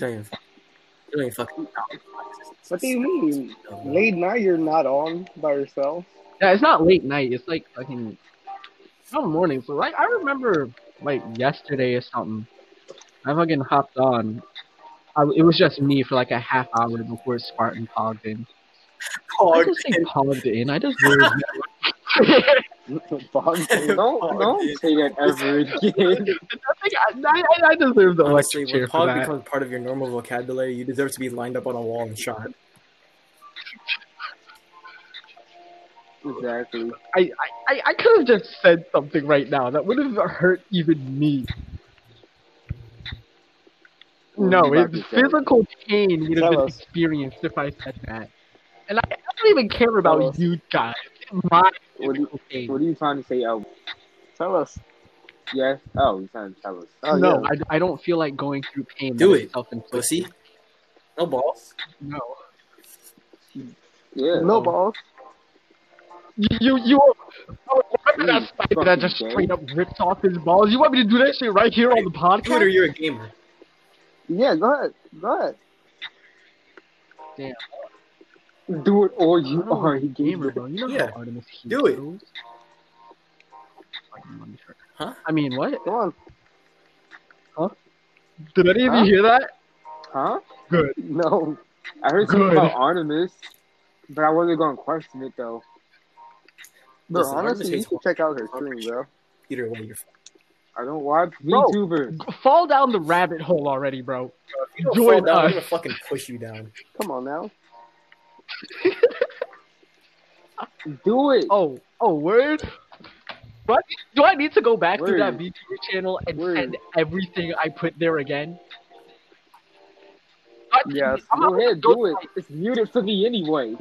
don't even. You don't even fucking.
What do you mean?
No, no.
Late night, you're not on by yourself.
Yeah, it's not late night. It's like fucking no morning. So like I remember like yesterday or something. I fucking hopped on. I, it was just me for like a half hour before Spartan pogged in. I
Hog
just say pogged in. I just really I,
Bog-
Don't
Oh, dude.
don't say that ever again.
think I, I, I deserve the
Honestly,
electric
when
chair for
Pog
that.
becomes part of your normal vocabulary, you deserve to be lined up on a wall and shot.
exactly.
I, I, I, I could have just said something right now that would have hurt even me. No,
Fuck
it's
yourself.
physical pain would
Tell
have been
us.
experienced if I said that. And I, I don't even care
Tell
about
us.
you guys. My
What do you-
physical pain.
What are you trying to say? Oh,
Tell us.
yes. Oh, you're trying to tell us.
Oh,
no,
yeah.
I, I don't feel like going through pain.
Do
that is
it,
self-inflicted.
Pussy. No balls.
No.
Yeah.
no balls.
You, you, you oh, remember that spider that
fucking
just
gay.
straight up ripped off his balls? You want me to do that shit right here on the
Do it or
podcast?
you're a gamer.
Yeah, go ahead. Go ahead.
Do it or
You
you
know
are
I'm
a
a gamer,
gamer.
bro. You know
Yeah.
how Artemis Heat
Do it.
goes. Fucking wonderful.
Huh?
I mean, what?
Come on.
Did any of
Huh?
you hear that?
Huh?
Good.
No.
I heard something
Good.
about Artemis, but I wasn't going to question it though.
Bro,
Listen, Artemis
honestly, you
hates
should check out her stream, bro.
Either way, you're fine.
I don't watch
Bro.
VTubers.
Fall down the rabbit hole already, bro.
If you don't
Join
fall down, I'm
us.
gonna fucking push you down.
Come on now.
Do it.
Oh, oh, word. What? Do I need to go back to
Word.
that VTuber channel and
Word.
send everything I put there again? I-
Yes,
I'm not
Go ahead,
gonna
do it. It's muted for me anyway.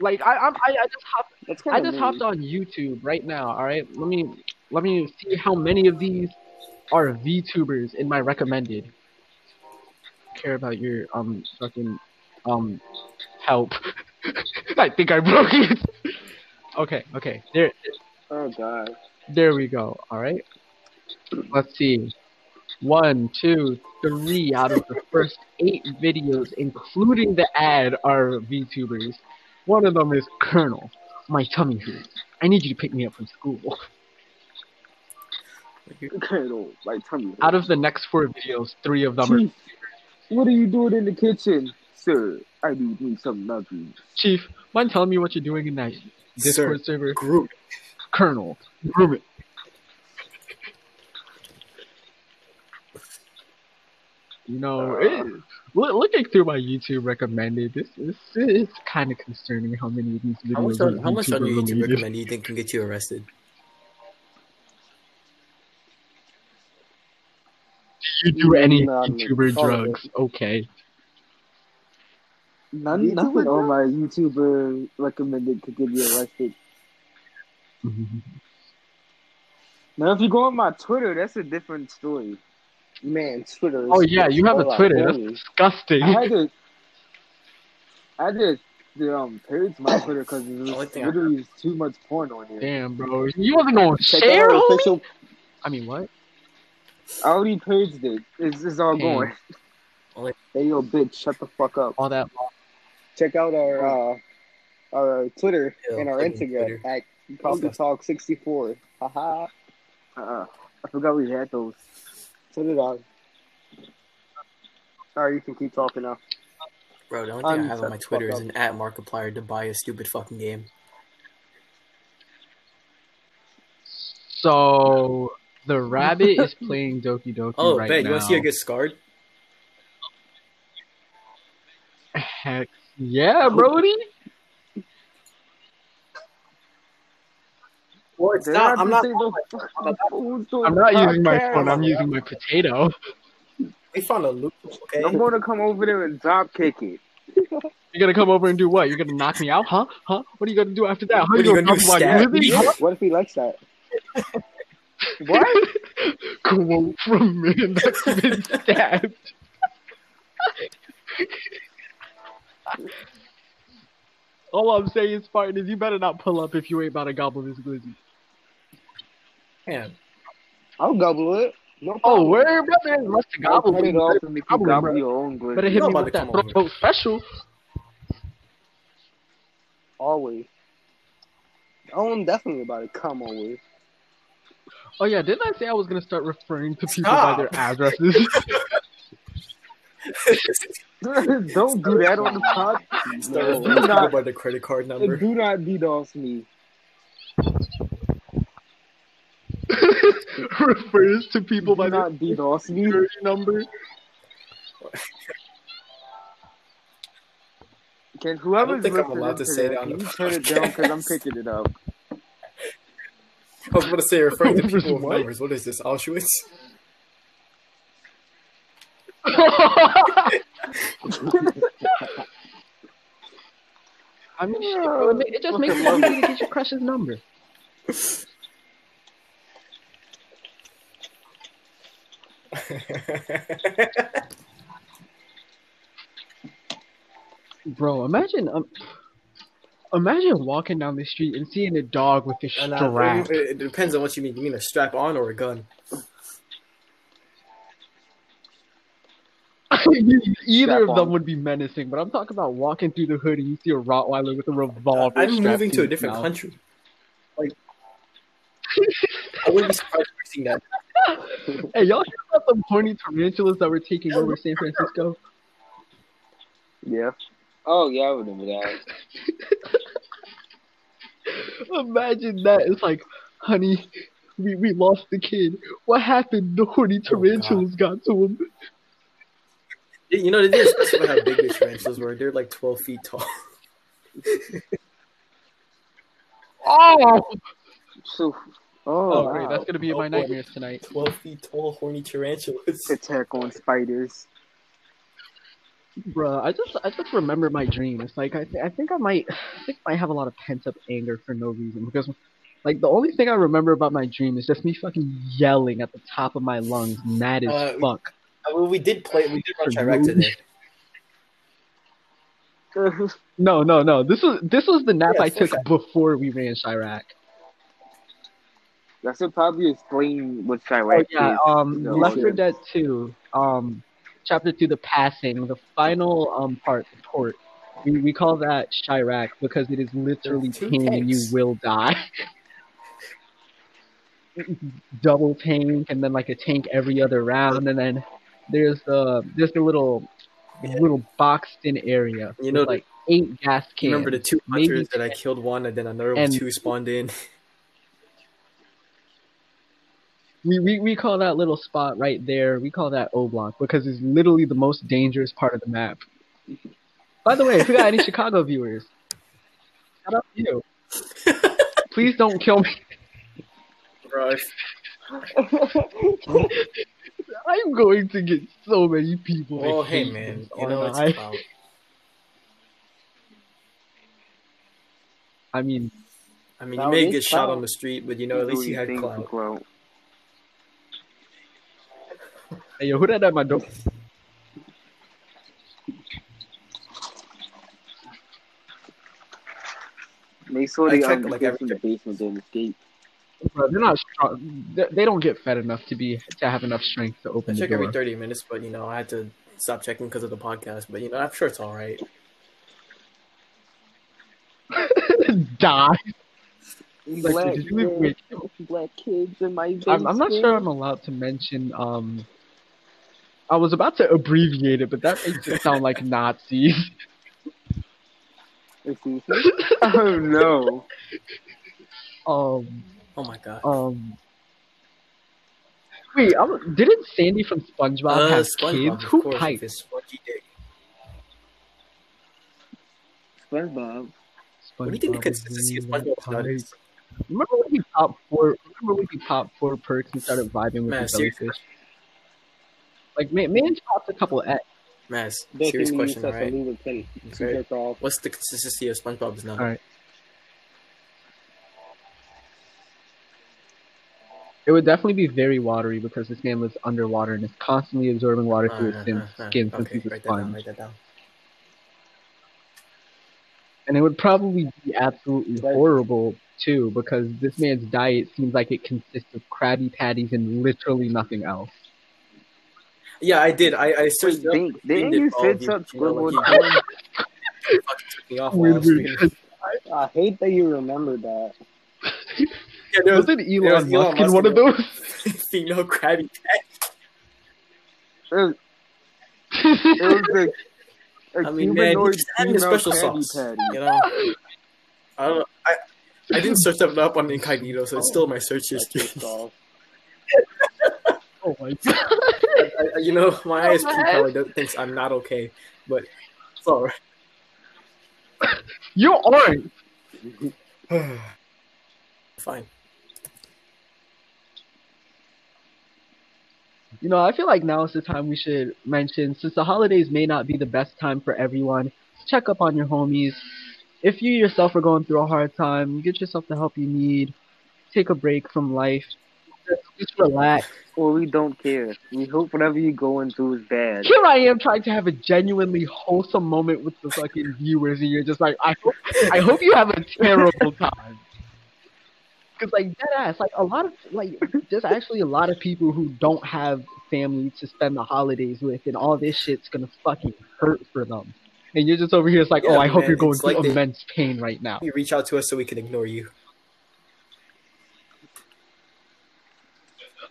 Like I, I'm, I, I just hopped,
That's
I
kind
just hopped on YouTube right now. All right, let me, let me see how many of these are VTubers in my recommended. Care about your um fucking um help? I think I broke it. okay, okay. There,
Oh god.
There we go. All right. Let's see. One, two, three out of the first eight videos, including the ad, are VTubers. One of them is Colonel. My tummy hurts. I need you to pick me up from school.
Colonel, like tell me.
Out of the next four videos, three of them are
Chief, what are you doing in the kitchen?
Sir, I need me some nuggies.
Chief. Mind telling me what you're doing in that Discord server?
Group.
Colonel. Ruben. You know,
Uh.
it, look, looking through my YouTube recommended, this is it's kind of concerning how many of these videos.
How much
are
on how much on
YouTuber
your YouTube
related.
recommend do you think can get you arrested?
You do any
None.
YouTuber
All of it.
drugs? Okay.
None, nothing
YouTuber?
on my YouTuber recommended could get me arrested.
Oh,
Now, if you go on my Twitter, that's a different story.
Man, Twitter. is-
Oh yeah, you have
all
a
I
Twitter.
want
That's
is-
disgusting.
I had to, I had to, to um, purge my Twitter because there
Only
was
thing I-
literally was too much porn on here.
Damn, bro, you wasn't going to
Check out
share,
our
homie?
official-
I mean, what?
I already purged it. It's, it's all
Damn.
going.
Hey yo, bitch, shut the fuck up.
All that
Check out our uh, our Twitter
Yeah,
and our
fucking
Instagram
Twitter.
at Coffee Talk sixty four. Haha.
Uh-uh. I forgot we had those.
Put it on. Sorry, you can keep talking now.
Bro, the only thing i
Um,
have
shut
on my
the
Twitter
fuck
is
up.
an at Markiplier to buy a stupid fucking game.
So the rabbit is playing Doki Doki
Oh,
right
Ben,
now.
you want to see her get scarred?
Heck yeah, Brody.
Well,
Did I just say those fucking phones doing
I'm not using my
podcasts?
phone. I'm using my potato.
They found a loop. Okay.
I'm going to come over there and drop kick it.
You're gonna come over and do what? You're gonna knock me out, huh? Huh? What are you gonna do after that? Huh?
What are you gonna do,
talk
stab
about
me?
me? Huh?
What if he likes that?
What? Quote from man that's been stabbed. All I'm saying, Spartan, is you better not pull up if you ain't about to gobble this glizzy.
Man,
I'll gobble it. No
Oh,
problem.
where, brother? Must have
I'll
Oh,
gobbled
cut
me.
it off and make you
Gobble,
gobble
bro.
your own
Better
glizzy.
hit
know
me
about
with
to
that
come over.
throat special.
Always. Oh, I'm definitely about to come over.
Oh yeah, didn't I say I was gonna start referring to people by
Stop.
their addresses?
Don't do that on the pod.
start
No.
referring to people by the credit card number.
Do not DDoS me.
Refers to people
Do
by their
not DDoS me.
security number.
Can
I don't
whoever's
think I'm
listening
allowed to
to
say
this,
that on
can
the
you turn it down because I'm picking it up.
I was going to say referring to
Numbers
people with
what?
numbers. What is this, Auschwitz?
I mean, shit, bro, it ma- it just makes it easy to get your crush's number. Bro, imagine um, imagine walking down the street and seeing a dog with a
And, uh,
strap.
it, it depends on what you mean. You mean a strap on or a gun?
Either
Strap
of them
on.
would be menacing, but I'm talking about walking through the hood and you see a Rottweiler with a revolver.
I'm
strapped
moving to a
his
different
mouth.
country. Like, I wouldn't be surprised if seeing that.
Hey, y'all hear about the horny tarantulas that were taking over San Francisco?
Yeah.
Oh yeah, I remember that.
Imagine that. It's like, honey, we, we lost the kid. What happened? The horny
Oh,
tarantulas got to him.
You know, they didn't specify how big the tarantulas were. They're like 12 feet tall.
Oh,
So,
Oh,
oh
wow.
great. That's gonna be my nightmares tonight.
12 feet tall, horny tarantulas.
attack on spiders.
Bruh, I just I just remember my dream. It's like I th- I think I might I think I might have a lot of pent up anger for no reason because like the only thing I remember about my dream is just me fucking yelling at the top of my lungs, mad as
Uh,
fuck.
I mean, we did play, we did run Chirac
Rude.
today.
No, no, no. This was this was the nap
Yeah,
I
for
took
sure.
before we ran Chirac.
That should probably explain what
Oh
Chirac
yeah,
is.
um,
No,
Left 4
yeah.
Dead 2, um, Chapter 2, the passing, the final um part, the port. We, we call that Chirac because it is literally
There's two
pain and you
tanks.
will die. Double tank and then like a tank every other round, and then there's the there's the little
Yeah.
little boxed in area.
You know,
with, like eight gas cans.
remember the two
maybe
hunters that I killed one and then another
And-
two spawned in?
We, we, we call that little spot right there, we call that O Block because it's literally the most dangerous part of the map. By the way, if we got any Chicago viewers, shout out to you. Please don't kill me.
Bro, if-
I'm going to get so many people.
well,
that
hey,
hate
man.
this,
You know,
aren't
it's
I?
about.
I mean,
I mean, you
Now
may
it
get
is
shot
clout.
on the street, but you know, at least you had clout.
clout.
hey, yo, who that at my door?
Make sure
I
they
checked,
um,
like,
get from the
everything.
basement and escape.
Bro, they're not strong. They, they don't get fed enough to be to have enough strength to
I
open the
check every
door.
30 minutes, but you know, I had to stop checking because of the podcast. But you know, I'm sure it's all right.
Die. Like,
black,
did you leave
kids-
Wait,
black kids in my basement.
I'm, I'm not sure I'm allowed to mention. Um, I was about to abbreviate it, but that makes it sound like Nazis.
Excuse me?
Oh no!
Um,
Oh my god.
um. Wait, I'm, didn't Sandy from SpongeBob have
Uh, SpongeBob,
kids?
of
Who
course, with
piped
his spongy dick.
SpongeBob?
SpongeBob.
What do you think the consistency of SpongeBob's nut is?
Remember when we top four? Remember when we top four perks and started vibing with
Man,
the
seriously.
jellyfish? Like man, man popped a couple X.
Mass,
They
serious
can use
question,
us a
right?
lubricant to
Okay.
jerk off.
What's the consistency of SpongeBob's nut?
Alright. It would definitely be very watery because this man lives underwater and is constantly absorbing water
Uh-huh.
through
Uh,
his skin,
uh, uh,
skin since
okay,
he's a
write that down,
sponge.
write that down.
And it would probably be absolutely
Right.
horrible too because this man's diet seems like it consists of Krabby Patties and literally nothing else.
Yeah, I did. I, I searched
Wait,
it up.
didn't, didn't
did
you
all
set
the-
up
you know,
Squidward?
like,
porn?
It fucking took me off while I
Weird,
was
weird.
reading.
I hate that you remember that.
Yeah, there was
Wasn't Elon,
there was Elon
Musk in
Musk
one
in
of those?
female Krabby Patty.
It was, it was a, a
I mean, man,
humanoid
he's having a
female
special
Krabby
sauce.
Patty.
You know, I don't. know. I I didn't search that up on incognito, so it's still in my search
That's
history.
just all.
Oh my god.
I, I- you know, my ISP probably does, thinks I'm not okay, but it's all right.
You aren't!
Fine.
You know, I feel like now is the time we should mention since the holidays may not be the best time for everyone, check up on your homies. If you yourself are going through a hard time, get yourself the help you need. Take a break from life. Just, just relax.
Well, we don't care. We hope whatever you're going through is bad.
Here I am trying to have a genuinely wholesome moment with the fucking viewers, and you're just like, I hope, I hope you have a terrible time. Cause like dead ass, like a lot of like there's actually a lot of people who don't have family to spend the holidays with, and all this shit's gonna fucking hurt for them. And you're just over here, it's like,
Yeah,
oh, I hope
man,
you're going
it's like
through
they-
immense pain right now.
You reach out to us so we can ignore you.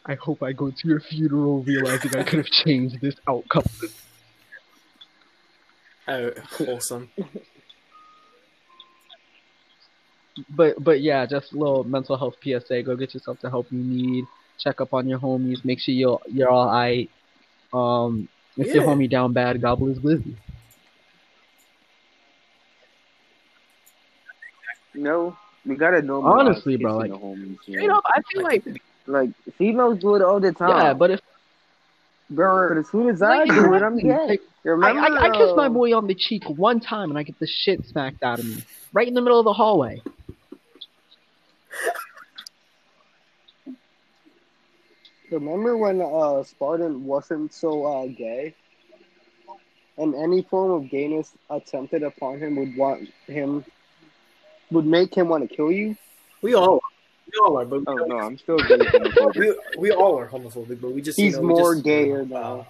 I hope I go to your funeral realizing I could have changed this outcome.
Uh, wholesome.
but but yeah, just a little mental health PSA. Go get yourself the help you need. Check up on your homies. Make sure you're you're all right. Um, if your
Yeah.
homie down bad, gobble his glizzy.
No, we gotta know. more
Honestly,
about
bro,
kissing
like-
the homies, you
Straight
know?
up, I feel like
like females do it all the time.
yeah, but if
But as soon as I
like,
do it, I'm
exactly.
gay.
Like,
You
I,
Remember,
I, I kiss my
um,
boy on the cheek one time and I get the shit smacked out of me right in the middle of the hallway.
Remember when uh, Spartan wasn't so uh, gay, and any form of gayness attempted upon him would want him would make him want to kill you.
We all, we all are, but we,
Oh
don't-
no, I'm still gay. homophobic.
we, we all are homophobic. But we just
He's
you know, we
more
just,
gayer
Uh,
now.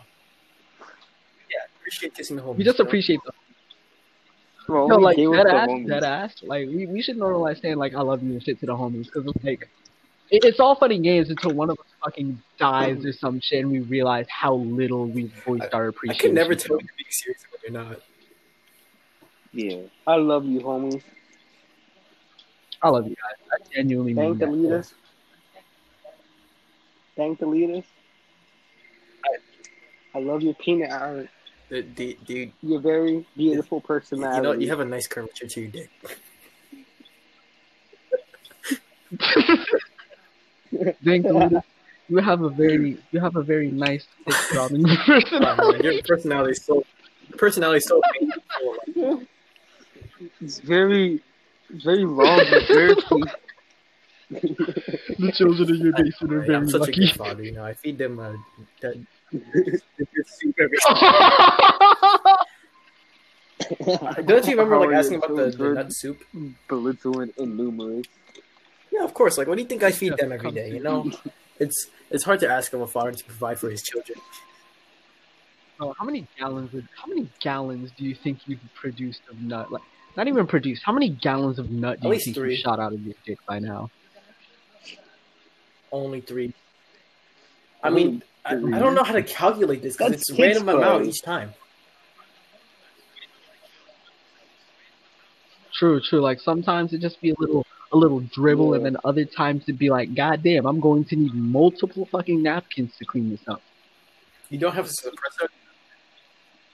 yeah, appreciate kissing the homies.
You just
you know?
appreciate the
Well,
no,
we
like
gay with
that
the
ass,
homies.
that ass. Like we, we should normalize saying like I love you and shit to the homies because it's like it, it's all funny games until one of us fucking dies or some shit and we realize how little we voiced our
I
appreciation.
could never
to
tell
them.
if you're being serious or not.
Yeah.
I love you, homie.
I love you guys. I genuinely mean
Thank the
that.
leaders. Thank the leaders. I love your peanut art.
Dude, dude, dude,
You're very beautiful
you you know
personality.
you have a nice curvature to your dick.
Thank the leaders. You have a very you have a very nice thick job in your
Oh, man,
personality.
your personality is so, your personality is so.
it's very, very long and very sweet.
the children in your basement are
I,
very
am such a
lucky.
good father. You know, I feed them uh, that, soup every Don't you remember
How
like
are you
asking about the, the
children?
nut soup?
belligerent and numerous.
Yeah, of course. Like, what do you think I feed them every
Come
day?
to
You know, it's it's hard to ask of a father to provide for his children.
Bro, how many gallons of how many gallons do you think you've produced of nut? Like not even produced. How many gallons of nut do
At
you
least
think
three.
you shot out of your dick by now?
Only three. I mean, I,
Only
I don't know how to calculate this because
That's
it's random
kids'
amount
play.
each time.
True, true. Like sometimes it just be a little a little dribble and
Yeah.
then other times it'd be like, God damn, I'm going to need multiple fucking napkins to clean this up.
You don't have a suppressor.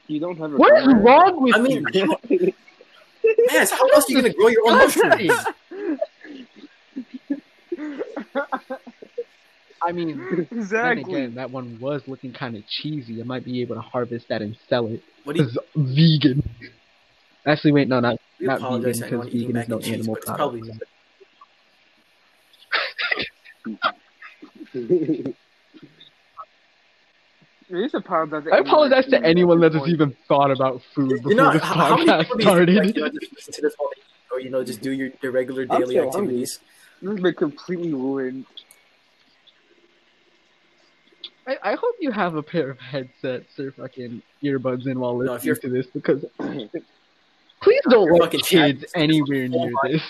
You don't have a
What is
camera.
wrong with
I mean,
you?
yes. How else are you gonna grow your own mushrooms?
I mean, then
Exactly.
again, that one was looking kind of cheesy. I might be able to harvest that and sell it.
What do you?
It's vegan. Actually, wait, no, not
We
Not
apologize
vegan,
to anyone
'cause
eating
vegan
mac
is no
and cheese,
animal
but it's probably
product.
not.
It is a problem.
I apologize to anyone that has even thought about food before
You know,
this
how, how many
podcast
people do you
started.
think, like, you know, just listen to this whole thing, or you know, just do your, your regular
I'm
daily
so hungry.
activities?
This has been completely ruined.
I, I hope you have a pair of headsets or fucking earbuds in while
No, if
listening
you're-
to this because please don't
you're
let
fucking
kids
chatting.
anywhere near this.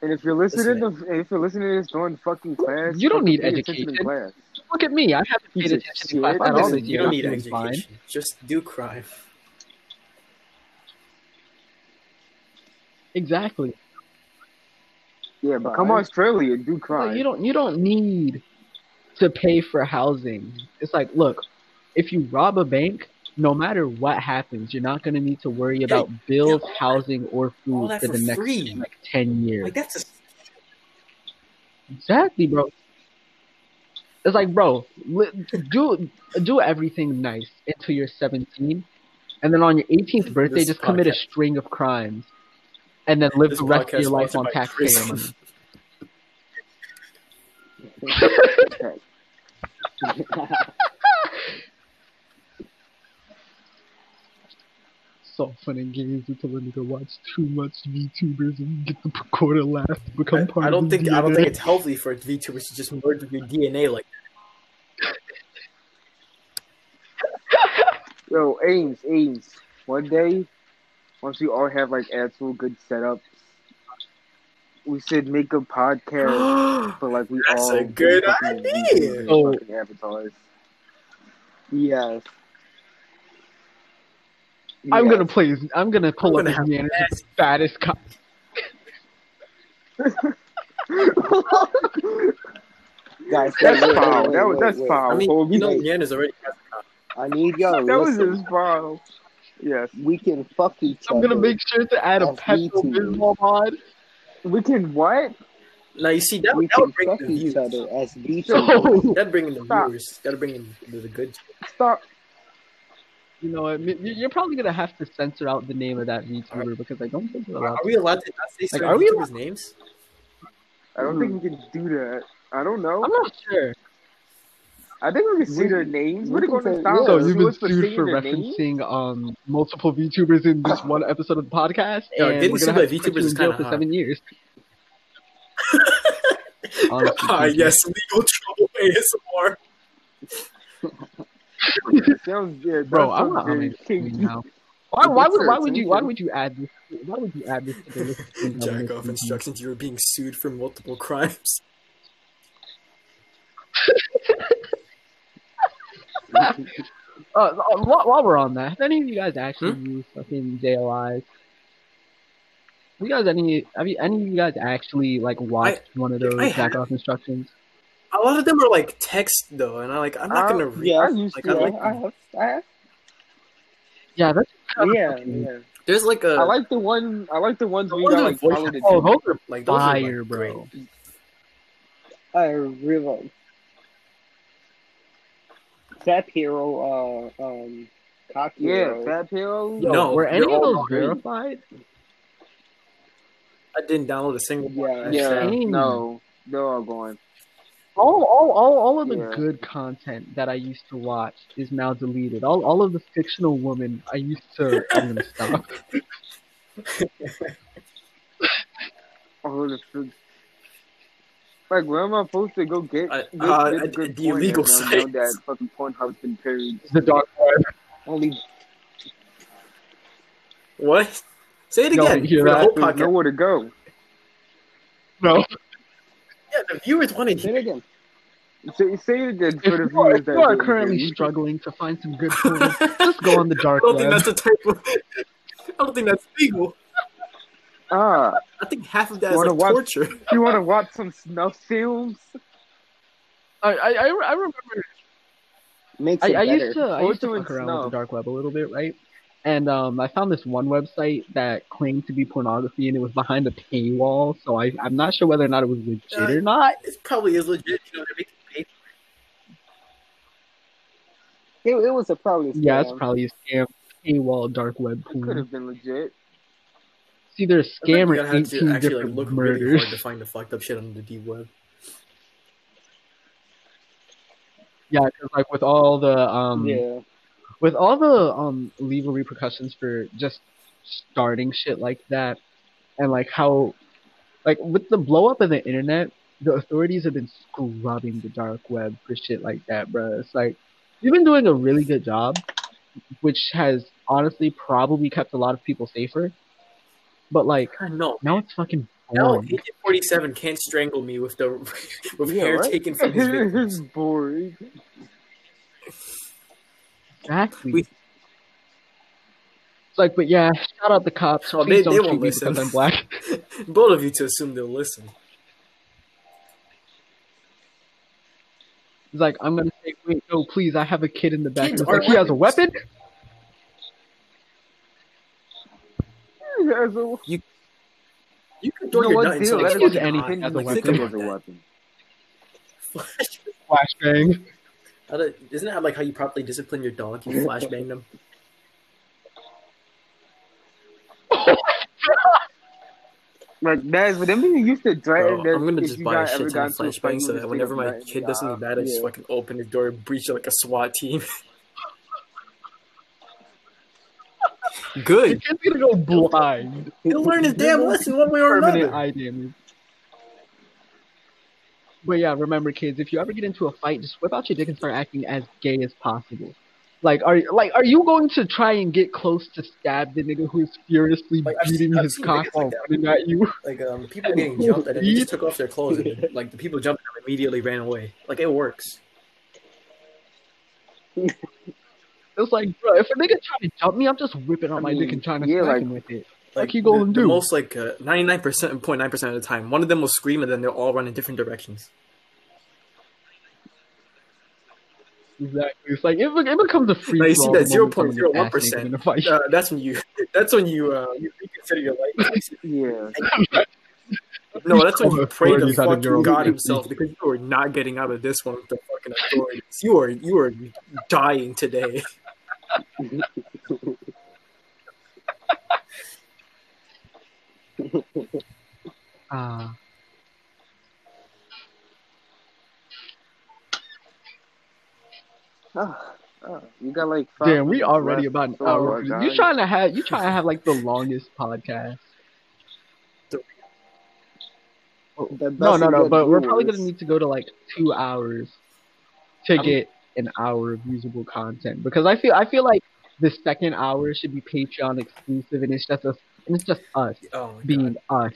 And if you're listening to if you're listening to this during fucking class,
You don't
fucking
need
pay attention in
education.
Class.
Look at me, I haven't
Piece
paid
of
attention
shit.
to five
I
all
Listen,
this
Listen, you
year.
don't
I'm
need
doing
education.
fine.
Just do crime.
Exactly.
Yeah,
Fine.
become Australia, do
Like,
crime.
you don't you don't need to pay for housing. It's like, look, if you rob a bank, no matter what happens, you're not going to need to worry about bills, housing, or
all
food
that
for
for
the next
free.
like ten years.
Like that's a
exactly, bro. It's like, bro, li- do do everything nice until you're 17, and then on your 18th birthday,
This
just commit a
podcast-
string of crimes, and then live
This
the rest of
podcast
your life
sponsored
on
by
taxpayer
Chris.
money. So fun and games until a nigga watch too much VTubers and get the Pakoda laugh to become
I,
part
I don't
of the
think I don't
DNA.
think it's healthy for VTubers to just merge your DNA like
Yo, Ames, Ames. One day, once we all have like actual good setups, we should make a podcast.
that.
But like we
That's
all
a good
fucking-
idea.
Oh.
Fucking avatars.
Yes.
I'm
Yeah.
gonna play. his- I'm gonna pull
I'm
up
gonna
his man
have
as the fattest cop.
Guys,
That's
wait, wait,
foul.
wait,
that was
wait,
that's
wait.
foul.
I mean,
Kobe.
you know,
wait.
Yan is already.
I need y'all to
that was
listen.
just foul. Yes.
We can fuck each
I'm
other.
gonna make sure to add a
That's me
Pepto
too.
Bismol mod.
We can what?
Now you see that
we
that
can
would bring
fuck
the
each
views.
other as B
So
That bring in the
Stop.
viewers. That bring in the the good.
Stop.
you know, I mean, you- you're probably gonna have to censor out the name of that VTuber because I don't think we're allowed.
Are we allowed to not say
Like,
certain
are we
YouTubers' names?
I don't
Hmm.
think we can do that. I don't know.
I'm not sure.
I think we can see
We-
their names.
we
What are
can
going to
say-
stop
yeah.
So
us?
you've
Sue
been
us for
sued
saying
for
their names?
referencing um multiple VTubers in this one episode of the podcast,
Yo,
and
getting
we're
sued
gonna
by
have to put
VTubers
you
is
in jail
kinda
for
hard.
seven years. Honestly,
Ah,
thank you.
yes, legal trouble ASMR.
Sounds good.
bro.
That
I
sounds
want
very
Ahmed
kinky.
now. Why, why would why would you why
Attention.
would you add this? Why would you add this? To the list of things I
Jack
wanna
off
see?
instructions. You were being sued for multiple crimes.
Uh, uh, while, while we're on that, have any of you guys actually used fucking JLIs? You guys any have you, any of you guys actually like watched one of
if
those
I
jack off instructions?
A lot of them are like text though, and I like I'm not
Uh,
gonna read.
Yeah, I used
like,
to.
I like,
I have, I have,
Yeah, that's
yeah, yeah.
there's like a
I like the one. I like the ones
The
where you
one with
got like
the voice
follow the
oh
team.
those are
like those are, like,
fire,
great.
bro.
I realize. Fat Hero, uh, um, Cocky
Yeah,
Hero.
Fat Hero.
Yo, No,
were
they're
any of
all
those
great.
verified?
I didn't download a single one.
yeah,
Yeah,
Shane.
no, they're all going.
All, all, all, all of the
Yeah.
good content that I used to watch is now deleted. All, all of the fictional women I used to. I'm gonna stop.
Oh, the food. Like, where am I supposed to go get
I-
get-
uh,
get a
the
good porn
illegal
if I know
sites.
that fucking Pornhub's been period.
The dark
Only
What? Say it
No,
again.
you hear
for the
that?
whole
There's
podcast.
nowhere to go.
no.
Yeah, the viewers want to
say
hear.
it again.
Say, say it again
If
for the
you, are,
viewers
if
that
you are
didn't
currently
hear you.
struggling to find some good porn, just go on the
I
dark
don't think
web.
that's the type of. I don't think that's legal.
Ah,
I think half of that is
Wanna
like
watch-
torture.
you want to watch some snuff films?
I, I, I I remember
Makes
I,
it
I
better.
used to I
Go
used to
to
fuck around
snow.
with the dark web a little bit, right? And um, I found this one website that claimed to be pornography, and it was behind a paywall. So I, I'm not sure whether or not it was legit or not.
It probably is legit. You know, they're making pay-
It, it was a probably
Yeah, it's
scam.
probably a scam. Paywall dark web
It could
porn.
have been legit.
It's either a
I think
scam
you're
or
gonna have
18
to actually like
different
look really
murders.
hard to find the fucked up shit on the deep web.
yeah, 'cause, like with all the um,
yeah.
with all the um legal repercussions for just starting shit like that and like how like with the blow up of the internet the authorities have been scrubbing the dark web for shit like that bruh. it's like you've been doing a really good job which has honestly probably kept a lot of people safer but like
No,
now it's fucking
no,
boring.
agent forty seven can't strangle me with the with
Yeah,
hair
right?
taken from his
it's
victims.
boring.
exactly
We-
it's like but yeah shout out the cops
Oh,
please
they-
don't
they
shoot
won't
me
listen.
because i'm black
Both of you to assume they'll listen.
He's like, I'm gonna say, wait, no, please, I have a kid in the back.
Kids
And it's
are
like, he has a weapon?
Yeah, so-
You can throw
You know
your
what,
nut into
dude,
like
that
is
fucking
anything
hot.
as a
Like,
weapon.
think
Think
about
of a
that.
weapon.
Flashbang.
How do- Isn't that like how you properly discipline your dog? You flashbang them.
Like that's but them being used to
Bro,
threaten that
I'm gonna
if
just
you
buy a
got-
shit
ever
ton
gotten
of
to a fight,
flashbangs so
you
that
just
whenever my
threaten
kid
the
does something
guy.
bad, I just
Yeah.
fucking open the door, breach like a SWAT team.
The
Good.
kid's gonna go blind.
He'll learn his damn lesson one way or
Permanent
another.
eye damage. But yeah, remember, kids, if you ever get into a fight, just whip out your dick and start acting as gay as possible. Like, are like, are you going to try and get close to stab the nigga who's furiously
Like, I've
beating
seen- I've
his
seen
cock
niggas
while
like that.
running at you?
Like um, people getting jumped and then they just took off their clothes and like the people jumped and immediately ran away. Like it works.
It's like, bro, if a nigga trying to jump me, I'm just whipping out my
mean,
dick and trying to
yeah,
smack
like-
him with it.
Like
Like you go
the,
and
the
do.
most like ninety nine percent and 0.9 percent of the time, one of them will scream and then they'll all run in different directions.
Exactly. It's like it, be- it becomes a free.
Now you see
for all
that
the moment someone's
0.01%
acting in the fight.
Uh, that's when you. That's when you uh, you reconsider your life. choices.
Yeah.
No, that's when you pray to
Authorities out of your
fucking
own
God
agency.
Himself because you are not getting out of this one with the fucking authorities. You are you are dying today.
Ah.
Ah, ah,
You got like five.
Damn, we already about an
Oh
hour.
my God.
you trying to have you trying to have like the longest podcast?
the best
No, no,
we
no.
could
But we're
do
probably
is-
gonna need to go to like two hours to get an hour of usable content because I feel I feel like the second hour should be Patreon exclusive and it's just us and it's just us
Oh my God.
being us.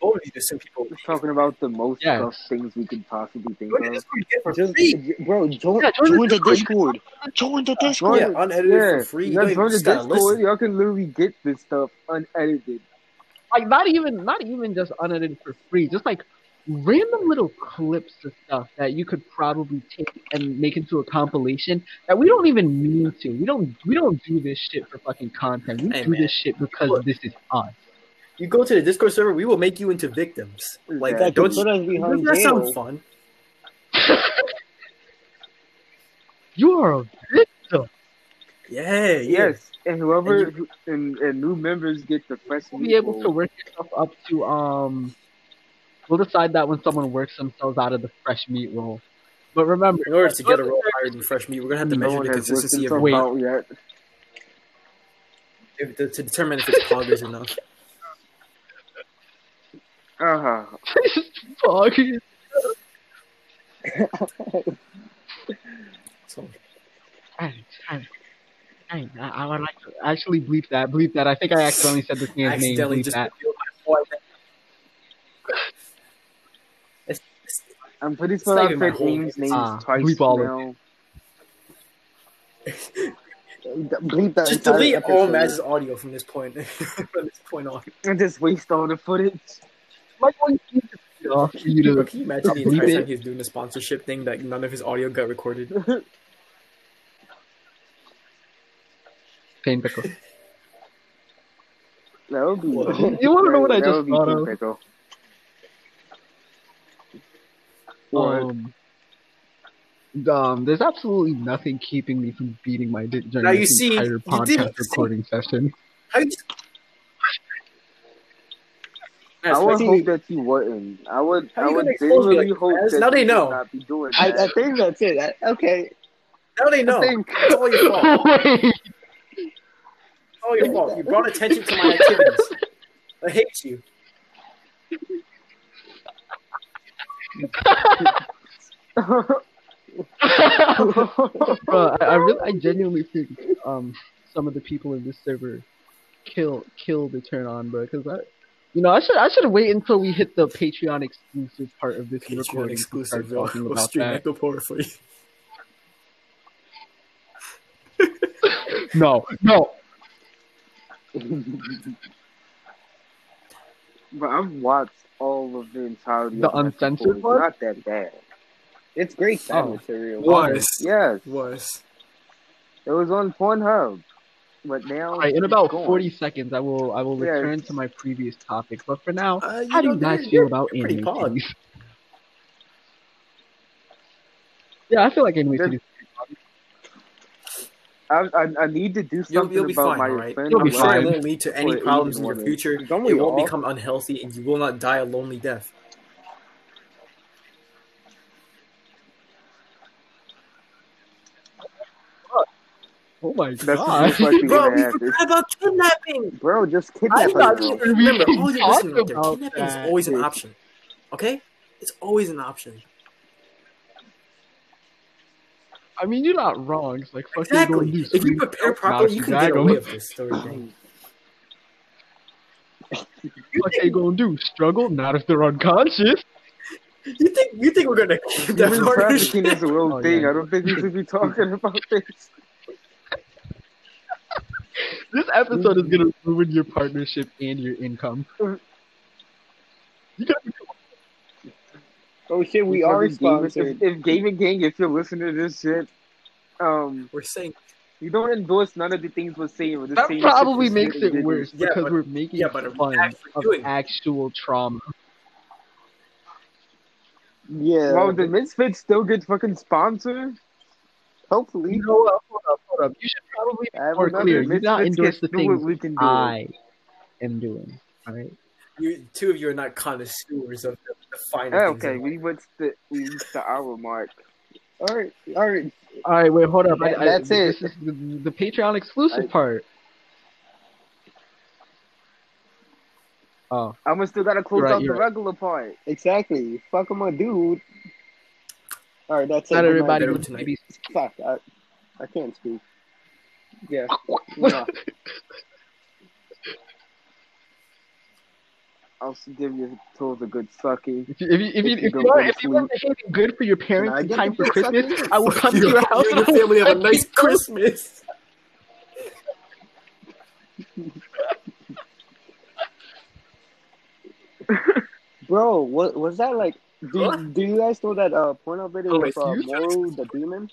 All of you just some people.
talking about the most
Yes.
stuff things we could possibly think
What
of.
is we get for
Just,
free?
bro, join,
Yeah, join the
join the
Discord.
Discord. Join the Discord.
Yeah, unedited
Yeah,
for free.
you
You don't
guys
even
go to
just gotta
Discord,
listen.
y'all can literally get this stuff unedited.
Like not even not even just unedited for free, just like random little clips of stuff that you could probably take and make into a compilation that we don't even mean to. We don't we don't do this shit for fucking content. We
Hey,
do
man.
this shit because
Look.
this is us.
You go to the Discord server, we will make you into victims. Like
That
don't
could put us
doesn't
behind
that
jail.
sound fun?
You are a victim.
Yeah, yeah.
Yes, and whoever and, and, new members get the fresh
We'll be able to work yourself up to um we'll decide that when someone works themselves out of the fresh meat roll. But remember
In order to get a roll higher than fresh meat, we're gonna have to measure the consistency of
Wait.
it
out yet.
if- to, to determine if it's poggers or not.
Uh huh.
Fuck.
So
I, I, I, I would like to actually bleep that. Bleep that. I think I accidentally said this man's name.
accidentally
Bleep
just
that.
revealed my whole identity.
I'm pretty
not
sure I've
even my
said
whole
Ames' names
Ah,
twice
bleep all of
now.
Bleep that
Just
entire
delete
episode.
all Maz's audio from this point. from this point on,
And just waste all the footage.
Like, when you just get off for you
Bro,
to.
can you imagine the
Bleep
entire
it.
time he was doing the sponsorship thing that none of his audio got recorded?
Pain pickle.
That would be.
What?
You want to know what I
that
just
would be
thought of?
typical.
Oh,
What?
Um, um, there's absolutely nothing keeping me from beating my dick during
Now you
this
see,
entire
you did
podcast
see.
recording session.
How you- Maz,
I would
how
hope
you-
that you wouldn't. I would.
How
I
you
would
gonna expose me
genuinely
like
hope
that?
that
Now they
you
know.
Would not be doing
I,
that.
I think that's it. I, okay.
Now they know.
think-
It's all your fault. It's all your fault. You brought attention to my activities. I hate you.
Bro, I, I really, I genuinely think um some of the people in this server kill kill the turn on, bro. Because I, you know, I should I should wait until we hit the Patreon exclusive part of this
Patreon
recording to start
exclusive. We'll,
talking
we'll
about
stream
that.
Echo Polar for you.
No, no,
But I've watched all of the entirety.
The
of Match
uncensored
Report. It's
one?
Not that bad.
It's great sound
Oh.
material.
Was.
Yes,
Was.
it was on Pornhub, but now.
All right, in about
Go on.
40 seconds, I will I will
Yeah,
return
it's-
to my previous topic. But for now,
Uh,
how do
know,
you guys feel
you're- you're-
about
you're pretty
anime
pog.
titties? Yeah, I feel like anime
Good.
titties.
I, I, I need to do something
You'll, you'll be
about
fine,
my
alright?
friend.
You'll be
I'm sure
fine.
it won't lead to any
Or
problems in
even
your
women.
future. It
Don't we
won't
all?
become unhealthy, and you will not die a lonely death.
Oh my
That's
god!
the question
Bro,
gonna
we
ask.
forgot about kidnapping.
Bro, just
I
kidnap her.
thought
bro.
we
Remember, all
even
you listening out
talked
there,
about
kidnapping is
that.
always an option. Okay? It's always an option.
I mean, you're not wrong. It's like fucking
Exactly.
going to do
If you
screen-
prepare
Mouse
properly, you can get
drag 'em.
away with this sort of thing.
What they gonna do? Struggle? Not if they're unconscious.
You think you think we're gonna keep that
Human
part of the show?
trafficking is a real
Oh,
thing.
yeah.
I don't think we should be talking about this.
This episode is gonna ruin your partnership and your income. You gotta
Oh shit, we
Because
are
if Game-
sponsored.
If, if Gaming Gang, if you're listening to this shit, um,
We're saying
you don't endorse none of the things we're saying. We're just
That
saying
probably
shit we
makes
said and
it
didn't.
worse
Yeah,
because
but-
we're making
yeah, but I'm
fun
actually
of
doing it.
actual trauma.
Yeah.
Well, the Misfits still get fucking sponsored.
hopefully.
You know what? Hold up, hold up. You should probably
I have
Or
another
clear. You're
Misfits
not endorse
can
the
do what
things
we can do.
I am doing. All right.
you two of you are not connoisseurs of the, the finer
Oh,
things.
okay, we went the we reached the hour mark.
All right, all right.
All right. Wait. Hold up.
That- that's
this
it.
is the, the Patreon exclusive
I-
part. Oh,
I'm still gotta close
Right,
out the
you're right.
regular part.
Exactly. Fuck my dude. All right, that's it.
not
Good night,
everybody
better
would
tonight.
maybe.
Fuck, I, I can't speak.
Yeah.
Nah.
I'll give your toes a good sucking.
If you if you if you,
If you
if you,
go
are,
to
if you want behaving good for your
Nah, I
parents in
get
time
the
for
fuck out
Christmas,
here.
I will come to
you,
your house.
you and your
I will
family have a
fuck
nice
you.
Christmas.
Bro, what was that like? Do,
Huh?
do you guys know that uh, porno video
Oh,
with uh,
excuse me?
Moro the demon?